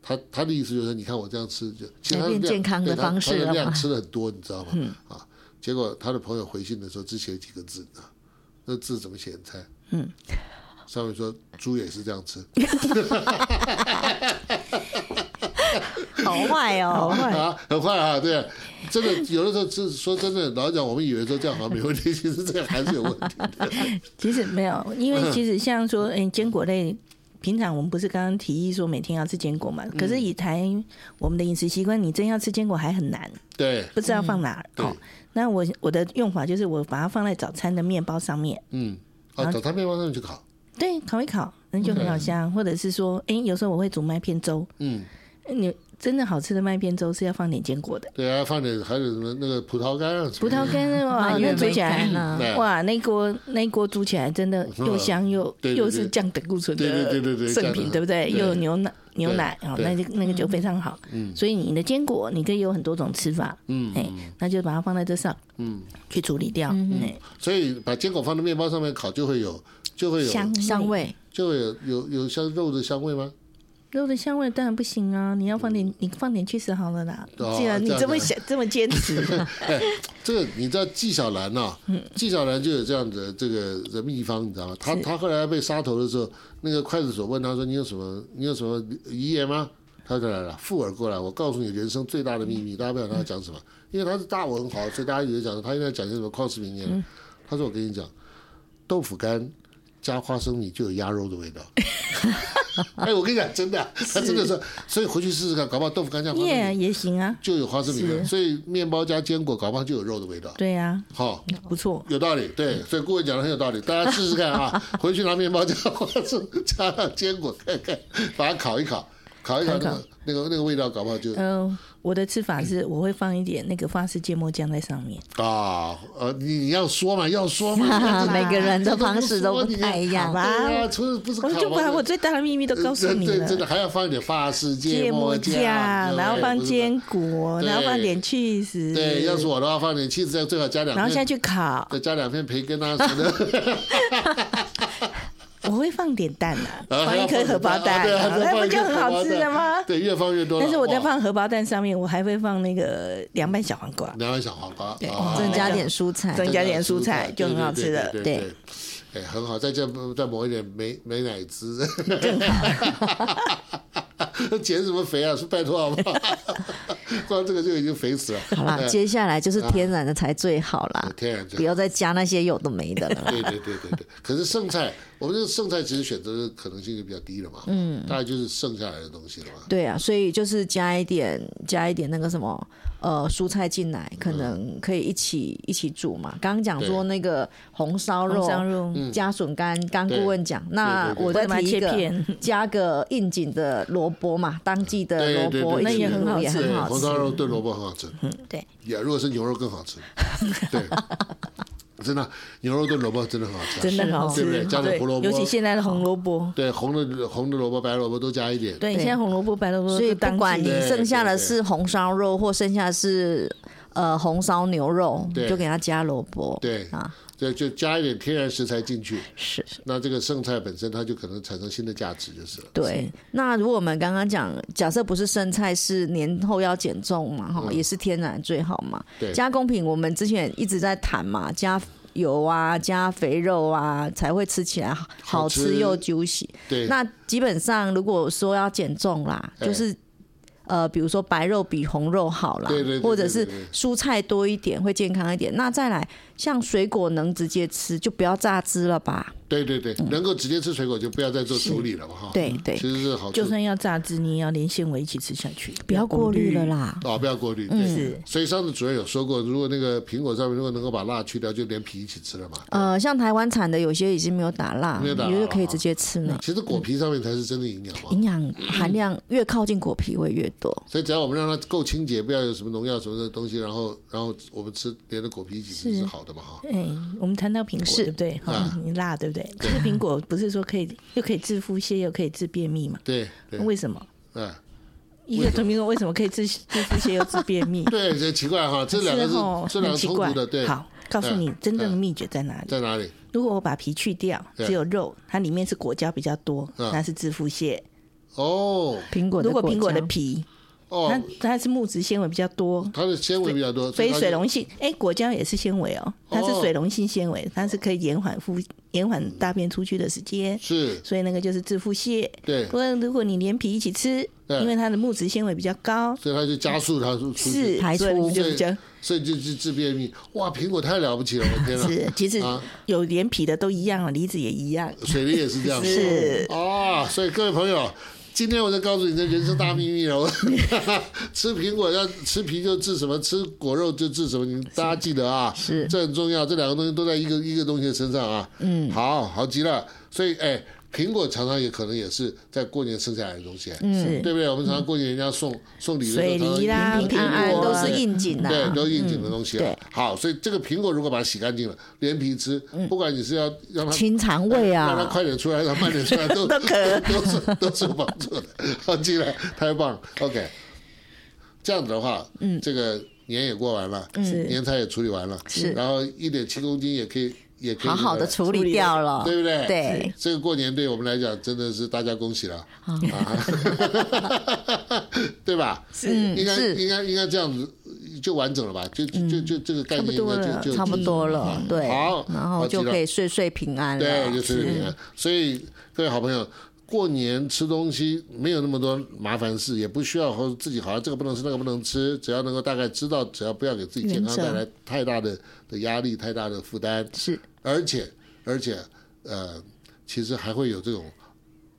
Speaker 5: 他他的意思就是，你看我这样吃，就其实他
Speaker 4: 改变
Speaker 5: 量
Speaker 4: 健康
Speaker 5: 对
Speaker 4: 的
Speaker 5: 他
Speaker 4: 方式
Speaker 5: 他的
Speaker 4: 了
Speaker 5: 量
Speaker 4: 嘛嗯
Speaker 5: 吃的很多，你知道吗？啊，结果他的朋友回信的时候只写几个字啊，那字怎么写？你猜？嗯，上面说猪也是这样吃，
Speaker 4: 好坏
Speaker 3: 好
Speaker 4: 哦，
Speaker 3: 坏
Speaker 5: 啊，很快啊，对啊，真的有的时候是说真的，老实讲我们以为说这样好像没问题， 其实这样还是有问题的。
Speaker 3: 其实没有，因为其实像说，嗯，坚果类，平常我们不是刚刚提议说每天要吃坚果嘛？
Speaker 5: 嗯
Speaker 3: 可是以台我们的饮食习惯，你真要吃坚果还很难，
Speaker 5: 对，
Speaker 3: 不知道放哪儿、
Speaker 5: 嗯对
Speaker 3: 哦。那我我的用法就是我把它放在早餐的面包上面，
Speaker 5: 嗯，啊，早餐面包上面去烤，
Speaker 3: 对，烤一烤，那就很好香。或者是说，哎、有时候我会煮麦片粥，
Speaker 5: 嗯，
Speaker 3: 你真的好吃的麦片粥是要放点坚果的，
Speaker 5: 对啊，放点还有什么那个葡萄干啊，
Speaker 3: 葡萄，干哇，
Speaker 4: 蔓
Speaker 3: 因为
Speaker 4: 越
Speaker 3: 煮
Speaker 4: 莓
Speaker 3: 起来嗯
Speaker 4: 干啊
Speaker 5: 对
Speaker 3: 哇，那一锅那一锅煮起来真的又香又
Speaker 5: 对对对
Speaker 3: 又是降胆固醇
Speaker 5: 对对
Speaker 3: 的
Speaker 5: 对对对
Speaker 3: 圣
Speaker 5: 这样
Speaker 3: 品，
Speaker 5: 的
Speaker 3: 对不对？
Speaker 5: 对
Speaker 3: 又有牛奶牛奶哦，
Speaker 5: 对嗯
Speaker 3: 那就那个就非常好。所以你的坚果你可以有很多种吃法，
Speaker 5: 嗯
Speaker 3: 哎，那就把它放在这上，嗯，去处理掉，
Speaker 4: 嗯
Speaker 3: 哎，
Speaker 5: 所以把坚果放在面包上面烤就会有，就会有，
Speaker 3: 香
Speaker 4: 香味。
Speaker 5: 就会有有有像肉的香味吗？
Speaker 3: 肉的香味当然不行啊，你要放点你放点去死好了啦
Speaker 5: 嗯哦。
Speaker 3: 既然你
Speaker 5: 这样
Speaker 3: 这么
Speaker 5: 子
Speaker 3: 想这么坚持，
Speaker 5: 这个你知道纪晓岚呐、纪晓岚就有这样的这个的秘方，你知道吗？他他后来被杀头的时候，那个刽子手问他说：“你有什么你有什么遗言吗？”他说：“来了，附耳过来，我告诉你人生最大的秘密。”大家不晓得他讲什么，因为他是大文豪，所以大家以为讲他应该讲些什么旷世名言。他说：“我跟你讲，豆腐干加花生米就有鸭肉的味道。” 哎，我跟你讲，真的，他真的说，所以回去试试看，搞不好豆腐干加花生
Speaker 3: 耶
Speaker 5: 米
Speaker 3: 也行啊，
Speaker 5: 就有花生米味，所以面包加坚果，搞不好就有肉的味道。
Speaker 3: 对呀，
Speaker 5: 好，
Speaker 3: 不错。
Speaker 5: 有道理，
Speaker 3: 嗯
Speaker 5: 对，所以顾问讲的很有道理，大 家试试看啊，回去拿面包加花生加上坚果看看，把它烤一烤，烤一
Speaker 3: 烤
Speaker 5: 烤，
Speaker 3: 一
Speaker 5: 那
Speaker 3: 烤
Speaker 5: 个那个那个味道，搞不好就
Speaker 3: 嗯、我的吃法
Speaker 5: 嗯
Speaker 3: 是我会放一点那个法式芥末酱在上面。
Speaker 5: 啊呃，你你要说嘛，要说 嘛，
Speaker 4: 啊每个人的方式都
Speaker 5: 不
Speaker 4: 不太一样
Speaker 5: 对啊，除了不是烤
Speaker 3: 哦我就把我最大的秘密都告诉你
Speaker 5: 对，
Speaker 3: 了
Speaker 5: 对。真的还要放一点法式
Speaker 3: 芥
Speaker 5: 末
Speaker 3: 末酱，然后放。
Speaker 5: 对
Speaker 3: 坚果，
Speaker 5: 对
Speaker 3: 然后放点 cheese，
Speaker 5: 不对对，要是我的话，放点 cheese，再最好加两片，
Speaker 3: 然后下去烤，
Speaker 5: 再加两片培 根啊什么的，
Speaker 3: 我会放点蛋啊，
Speaker 5: 然后还
Speaker 3: 放一
Speaker 5: 要
Speaker 3: 颗荷包蛋，
Speaker 5: 对啊再
Speaker 3: 那
Speaker 5: 放
Speaker 3: 不
Speaker 5: 一
Speaker 3: 就
Speaker 5: 颗
Speaker 3: 很
Speaker 5: 荷包
Speaker 3: 好吃
Speaker 5: 蛋
Speaker 3: 了吗？
Speaker 5: 对，越放越多了。哦
Speaker 3: 但是我在
Speaker 5: 哇
Speaker 3: 放荷包蛋上面，我还会放那个凉拌小黄瓜。
Speaker 5: 两碗小黄瓜，
Speaker 3: 对哦
Speaker 5: 啊
Speaker 4: 增加点蔬菜，
Speaker 3: 增加点蔬菜就很好吃了
Speaker 5: 对
Speaker 4: 对
Speaker 5: 对，对哎，很好，再加再抹一点美美奶汁， 减什么肥啊？说拜托好不好？ 光这个就已经肥死了。
Speaker 4: 好啦，
Speaker 5: 哎
Speaker 4: 接下来就是天然的才最好啦，
Speaker 5: 天然就
Speaker 4: 不
Speaker 5: 好
Speaker 4: 要再加那些有的没的 了。
Speaker 5: 对对对对对，可是剩菜，我们这个剩菜其实选择的可能性就比较低了嘛，嗯，大概就是剩下来的东西了嘛。
Speaker 4: 对啊，所以就是加一点加一点那个什么呃蔬菜进来，可能可以一
Speaker 5: 嗯
Speaker 4: 起一起煮嘛。刚刚讲说那个红烧肉，
Speaker 3: 红烧肉
Speaker 4: 加笋干，刚
Speaker 5: 嗯对
Speaker 4: 顾问讲，那
Speaker 5: 对对
Speaker 4: 我
Speaker 3: 我
Speaker 4: 再
Speaker 3: 把它
Speaker 4: 提一
Speaker 3: 切
Speaker 4: 个。
Speaker 3: 片，
Speaker 4: 加个应景的萝卜嘛，当季的
Speaker 5: 对对
Speaker 4: 萝卜
Speaker 5: 对，
Speaker 4: 一
Speaker 3: 那
Speaker 4: 起
Speaker 3: 也很
Speaker 4: 煮
Speaker 3: 好
Speaker 4: 也
Speaker 3: 吃
Speaker 5: 对
Speaker 4: 很好
Speaker 5: 红
Speaker 4: 吃。嗯
Speaker 5: 烧肉炖萝卜很好吃，
Speaker 3: 对，
Speaker 5: 也如果是牛肉更好 吃，对，真的牛肉炖萝卜真的很好吃啊，
Speaker 3: 真的很好吃，
Speaker 5: 对不对？加点胡萝卜，
Speaker 3: 尤其现在的红萝卜，
Speaker 5: 对，红的红的萝卜、白萝卜都加一点。
Speaker 3: 对，
Speaker 4: 对
Speaker 3: 现在红萝卜、白萝卜，
Speaker 4: 所以不管你
Speaker 5: 对对
Speaker 4: 剩下的是红烧肉，或剩下的是呃红烧牛肉，
Speaker 5: 对
Speaker 4: 就给它加萝卜。
Speaker 5: 对
Speaker 4: 啊，
Speaker 5: 对，就加一点天然食材进去，
Speaker 4: 是
Speaker 5: 那这个剩菜本身它就可能产生新的价值，就是了。
Speaker 4: 对。那如果我们刚刚讲，假设不是生菜，是年后要减重嘛，哈、
Speaker 5: 嗯
Speaker 4: 也是天然最好嘛。
Speaker 5: 对
Speaker 4: 加工品我们之前一直在谈嘛，加油啊，加肥肉啊，才会吃起来好
Speaker 5: 好
Speaker 4: 好
Speaker 5: 吃
Speaker 4: 吃又 juicy。
Speaker 5: 对，
Speaker 4: 那基本上如果说要减重啦，
Speaker 5: 哎
Speaker 4: 就是。呃，比如说白肉比红肉好啦，
Speaker 5: 对对对
Speaker 4: 或者是
Speaker 5: 对对对
Speaker 4: 蔬菜多一点会健康一点。那再来，像水果能直接吃，就不要榨汁了吧？
Speaker 5: 对对对，能够直接吃水果就不要再做处理了嘛，哈。，
Speaker 4: 嗯对对
Speaker 5: 其，实是好处
Speaker 3: 就。算要榨汁，你也要连纤维一起吃下去，
Speaker 4: 不要过滤了。啦。
Speaker 5: 啊，不要过
Speaker 4: 嗯
Speaker 5: 滤。对，所以上次主任有说过，如果那个苹果上面如果能够把蜡去掉，就连皮一起吃了嘛。
Speaker 4: 呃，像台湾产的有些已经没有打蜡，
Speaker 5: 没有
Speaker 4: 你
Speaker 5: 打蜡
Speaker 4: 就
Speaker 5: 了嗯
Speaker 4: 可以
Speaker 5: 哈
Speaker 4: 直接吃了。
Speaker 5: 其实果皮上面才是真的营养嘛。
Speaker 3: 嗯
Speaker 4: 营养含量越靠近果皮会越多。
Speaker 5: 所以只要我们让它够清洁，不要有什么农药什么的东西，然后然后我们吃连着果皮一起吃是好的嘛，哈。
Speaker 3: 哎，我们谈到苹果，对不对？哈，
Speaker 5: 嗯
Speaker 3: 你辣，对不对？其实苹果不是说可以又可以治腹泻，又可以治便秘嘛？
Speaker 5: 对对，
Speaker 3: 为什么？
Speaker 5: 哎，
Speaker 3: 一个苹果为什么可以治治腹泻又治便秘？
Speaker 5: 对，这奇怪哈， 这两个
Speaker 3: 是哦
Speaker 5: 是这两个
Speaker 3: 很奇
Speaker 5: 冲突
Speaker 3: 怪
Speaker 5: 的，对，
Speaker 3: 好，告诉你
Speaker 5: 嗯
Speaker 3: 真正的
Speaker 5: 嗯
Speaker 3: 秘诀在哪里？
Speaker 5: 在哪里？
Speaker 3: 如果我把皮去掉，
Speaker 5: 对
Speaker 3: 只有肉，它里面是果胶比较多，
Speaker 5: 嗯
Speaker 3: 那是致腹泻。
Speaker 5: 哦
Speaker 4: 苹果的
Speaker 3: 如果苹果的
Speaker 4: 胶
Speaker 3: 皮，它
Speaker 5: 哦，
Speaker 3: 它是木质纤维比较多，
Speaker 5: 它的纤维比较多，所以
Speaker 3: 非
Speaker 5: 它就
Speaker 3: 水溶性。哎，果胶也是纤维哦，它是水溶性纤维，它是可以延缓腹延缓大便出去的时间，
Speaker 5: 是，
Speaker 3: 所以那个就是致腹泻。
Speaker 5: 对
Speaker 3: 不，过如果你连皮一起吃，
Speaker 5: 对
Speaker 3: 因为它的木质纤维比较高，
Speaker 5: 所以它就加速它出出
Speaker 3: 是
Speaker 5: 去，
Speaker 4: 排
Speaker 3: 所以
Speaker 4: 出
Speaker 3: 就比较
Speaker 5: 所以就治治便秘。哇，苹果太了不起了，我的天哪！
Speaker 3: 是。其实
Speaker 5: 啊
Speaker 3: 有连皮的都一样了，啊梨子也一样。
Speaker 5: 水梨也是这样子，
Speaker 3: 是
Speaker 5: 啊，所以各位朋友。今天我就告诉你这人生大秘密 了，我吃苹果要吃皮就治什么，吃果肉就治什么，你大家记得啊，
Speaker 4: 是
Speaker 5: 这很重要，这两个东西都在一个一个东西的身上啊，嗯，好好极了，所以哎，苹果常常也可能也是在过年剩下来的东西，啊
Speaker 4: 嗯
Speaker 3: 是
Speaker 5: 对不对？我们常常过年人家送送礼的时候，
Speaker 3: 水
Speaker 5: 常常
Speaker 3: 梨啦
Speaker 5: 有苹
Speaker 4: 平
Speaker 5: 果
Speaker 4: 安安
Speaker 5: 啊
Speaker 4: 都是应景的、
Speaker 5: 对，
Speaker 4: 啊。
Speaker 5: 都应景的东西啊
Speaker 4: 对。
Speaker 5: 好，所以这个苹果如果把它洗干净了，连皮吃，
Speaker 4: 嗯
Speaker 5: 不管你是要让它
Speaker 4: 清肠胃
Speaker 5: 让它
Speaker 4: 啊，
Speaker 5: 快点出来，让它慢点出来， 都
Speaker 3: 都可
Speaker 5: 都是都是有帮助的。好，进来，太棒了。OK，这样子的话，嗯，这个年也过完了，
Speaker 4: 嗯
Speaker 5: 年菜也处理完了，是，然后一点七公斤也可以，也可以
Speaker 4: 好好的
Speaker 5: 那个
Speaker 4: 处理掉了，
Speaker 5: 对不对？
Speaker 4: 对，
Speaker 5: 这个过年对我们来讲真的是大家恭喜了啊， 对吧？是，应该
Speaker 4: 嗯是嗯
Speaker 5: 应该应该这样子就完整了吧？就就就就这个概念应该就就
Speaker 4: 差不多了，
Speaker 3: 嗯
Speaker 4: 对
Speaker 5: 好，
Speaker 4: 然
Speaker 5: 好
Speaker 4: 后就
Speaker 5: 记得
Speaker 4: 可以岁岁平安
Speaker 5: 对，
Speaker 4: 了
Speaker 5: 就。是你看。所以各位好朋友，过年吃东西没有那么多麻烦事，也不需要和自己好像啊这个不能吃那个不能吃，只要能够大概知道，只要不要给自己健康带来太大的的压力、太大的负担。
Speaker 4: 是，
Speaker 5: 而且而且呃，其实还会有这种。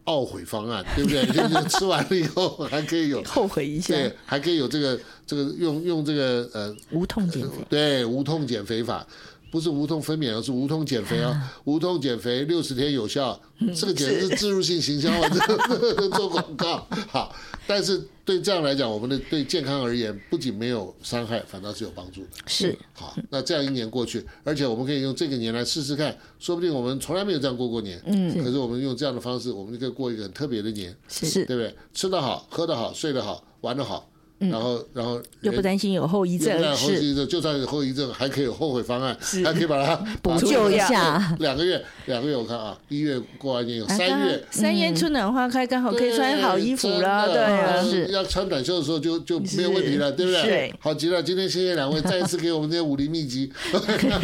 Speaker 5: 懊悔方案，对不 对？就是吃完了以后还可以有，
Speaker 3: 后悔一下，
Speaker 5: 对，还可以有这个这个用用这个呃
Speaker 3: 无痛减肥。
Speaker 5: 对，无痛减肥法。不是无痛分娩，而是无痛减肥啊！无痛减肥六十天有效，这个简直是植入性行销啊！这 个做广告好，但是对这样来讲，我们的对健康而言，不仅没有伤害，反倒是有帮助的。
Speaker 4: 是
Speaker 5: 好，那这样一年过去，而且我们可以用这个年来试试看，说不定我们从来没有这样过过年。嗯，可是我们用这样的方式，我们就可以过一个很特别的年，
Speaker 4: 是，
Speaker 5: 对不对？吃得好，喝得好，睡得好，玩得好，然后然后
Speaker 4: 又不
Speaker 5: 人
Speaker 4: 担心有后遗
Speaker 5: 有
Speaker 4: 症，
Speaker 5: 后
Speaker 4: 是
Speaker 5: 遗症，就算有后遗症，还可以有后悔方案，还可以把它
Speaker 4: 补
Speaker 5: 把它
Speaker 4: 救一
Speaker 5: 两
Speaker 4: 下。
Speaker 5: 两个月，两个月我看啊，一月过完年有
Speaker 3: 啊
Speaker 5: 三
Speaker 3: 刚好
Speaker 5: 月。
Speaker 3: 三月春暖花开，刚好可以穿好衣服了，
Speaker 5: 真的
Speaker 3: 对啊，
Speaker 5: 嗯
Speaker 4: 是
Speaker 5: 要穿短袖的时候就就没有问题了，对不对
Speaker 3: 是？
Speaker 5: 好极了，今天谢谢两位再一次给我们这些武林 秘籍，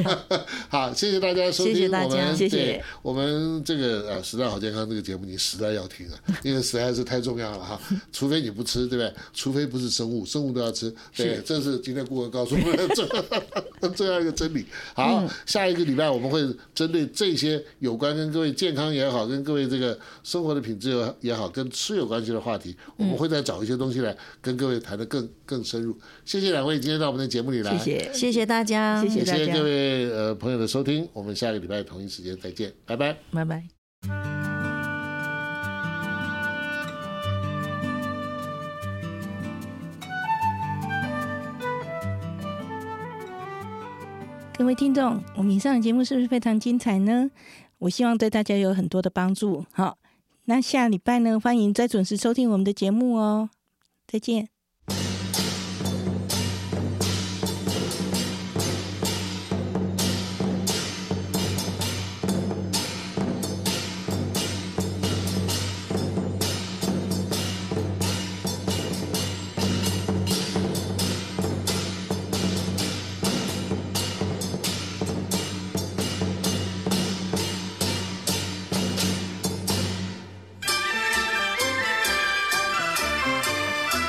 Speaker 5: 好，谢谢大家收
Speaker 4: 谢谢
Speaker 5: 听
Speaker 4: 大
Speaker 5: 我
Speaker 4: 家
Speaker 5: 们，
Speaker 3: 谢谢
Speaker 5: 对我们这个呃时代好健康这个节目，你实在要听啊， 因为实在是太重要了哈，除非你不吃，对不对？除非不是生物，生物都要吃，对，这是今天顾问告诉我们的 这这样一个真理。
Speaker 3: 嗯
Speaker 5: 好，下一个礼拜我们会针对这些有关跟各位健康也好，跟各位这个生活的品质有也好，跟吃有关系的话题，我们会再找一些东西来跟各位谈的更更深入。谢谢两位今天到我们的节目里来，
Speaker 3: 谢谢。
Speaker 4: 谢谢大家，
Speaker 3: 谢谢
Speaker 5: 也
Speaker 3: 大
Speaker 5: 谢
Speaker 3: 家
Speaker 5: 各位呃朋友的收听，我们下个礼拜同一时间再见，拜拜。
Speaker 3: 拜拜。各位听众，我们以上的节目是不是非常精彩呢？我希望对大家有很多的帮助。好，那下礼拜呢，欢迎再准时收听我们的节目哦。再见。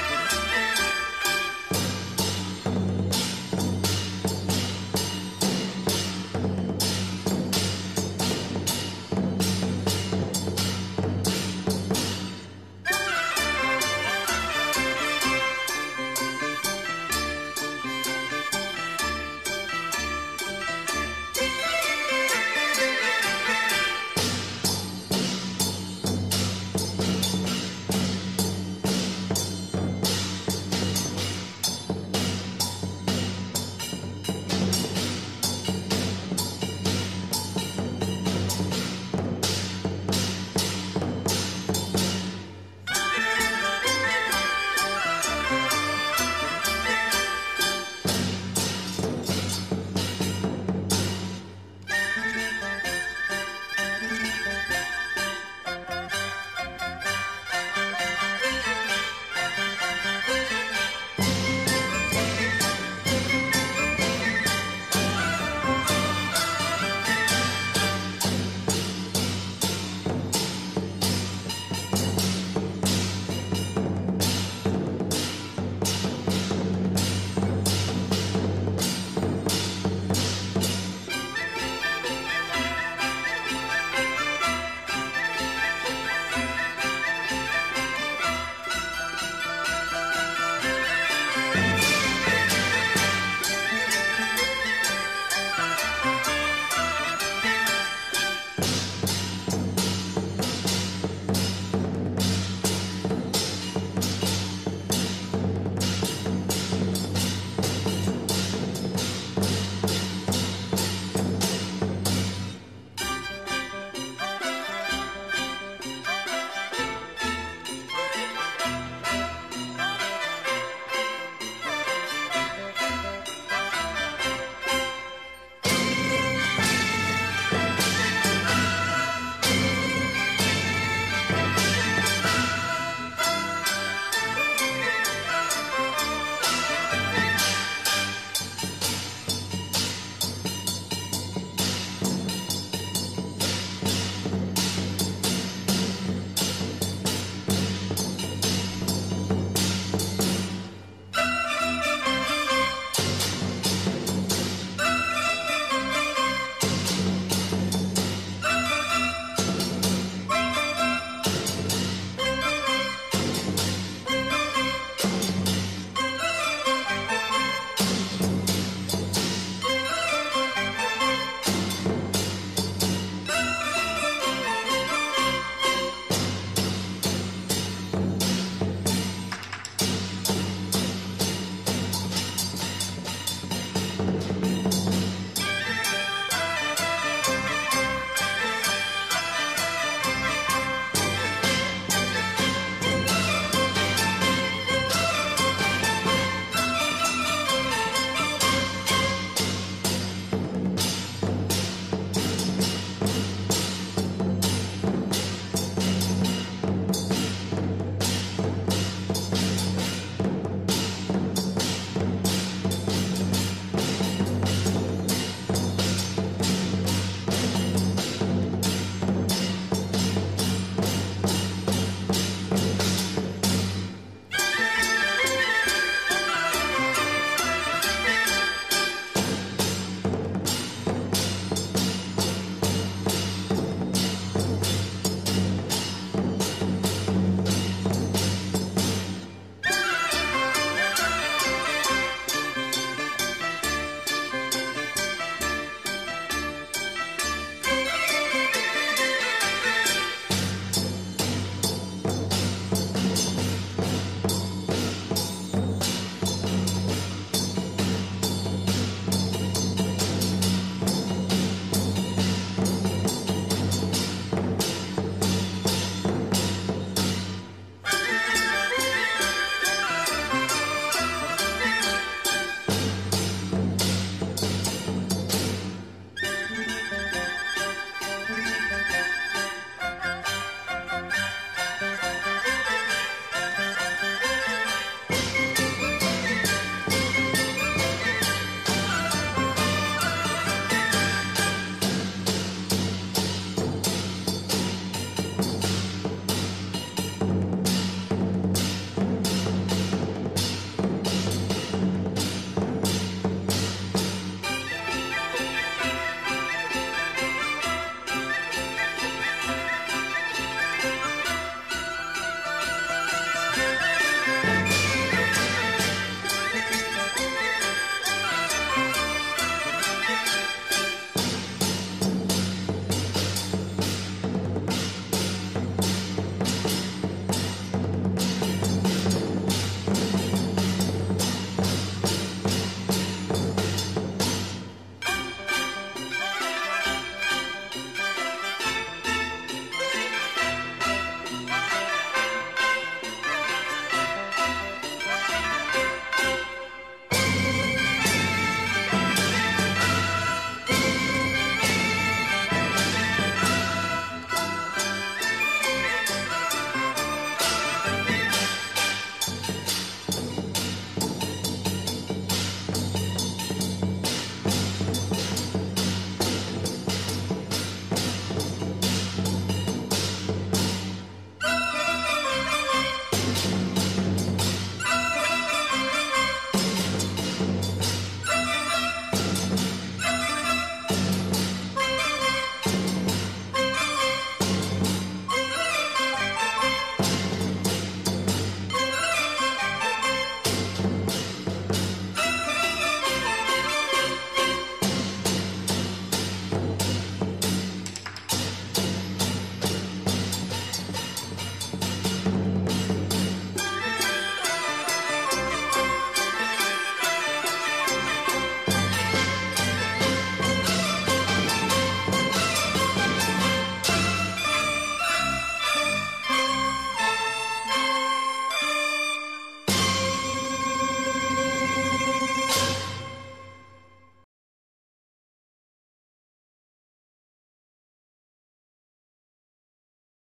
Speaker 6: Thank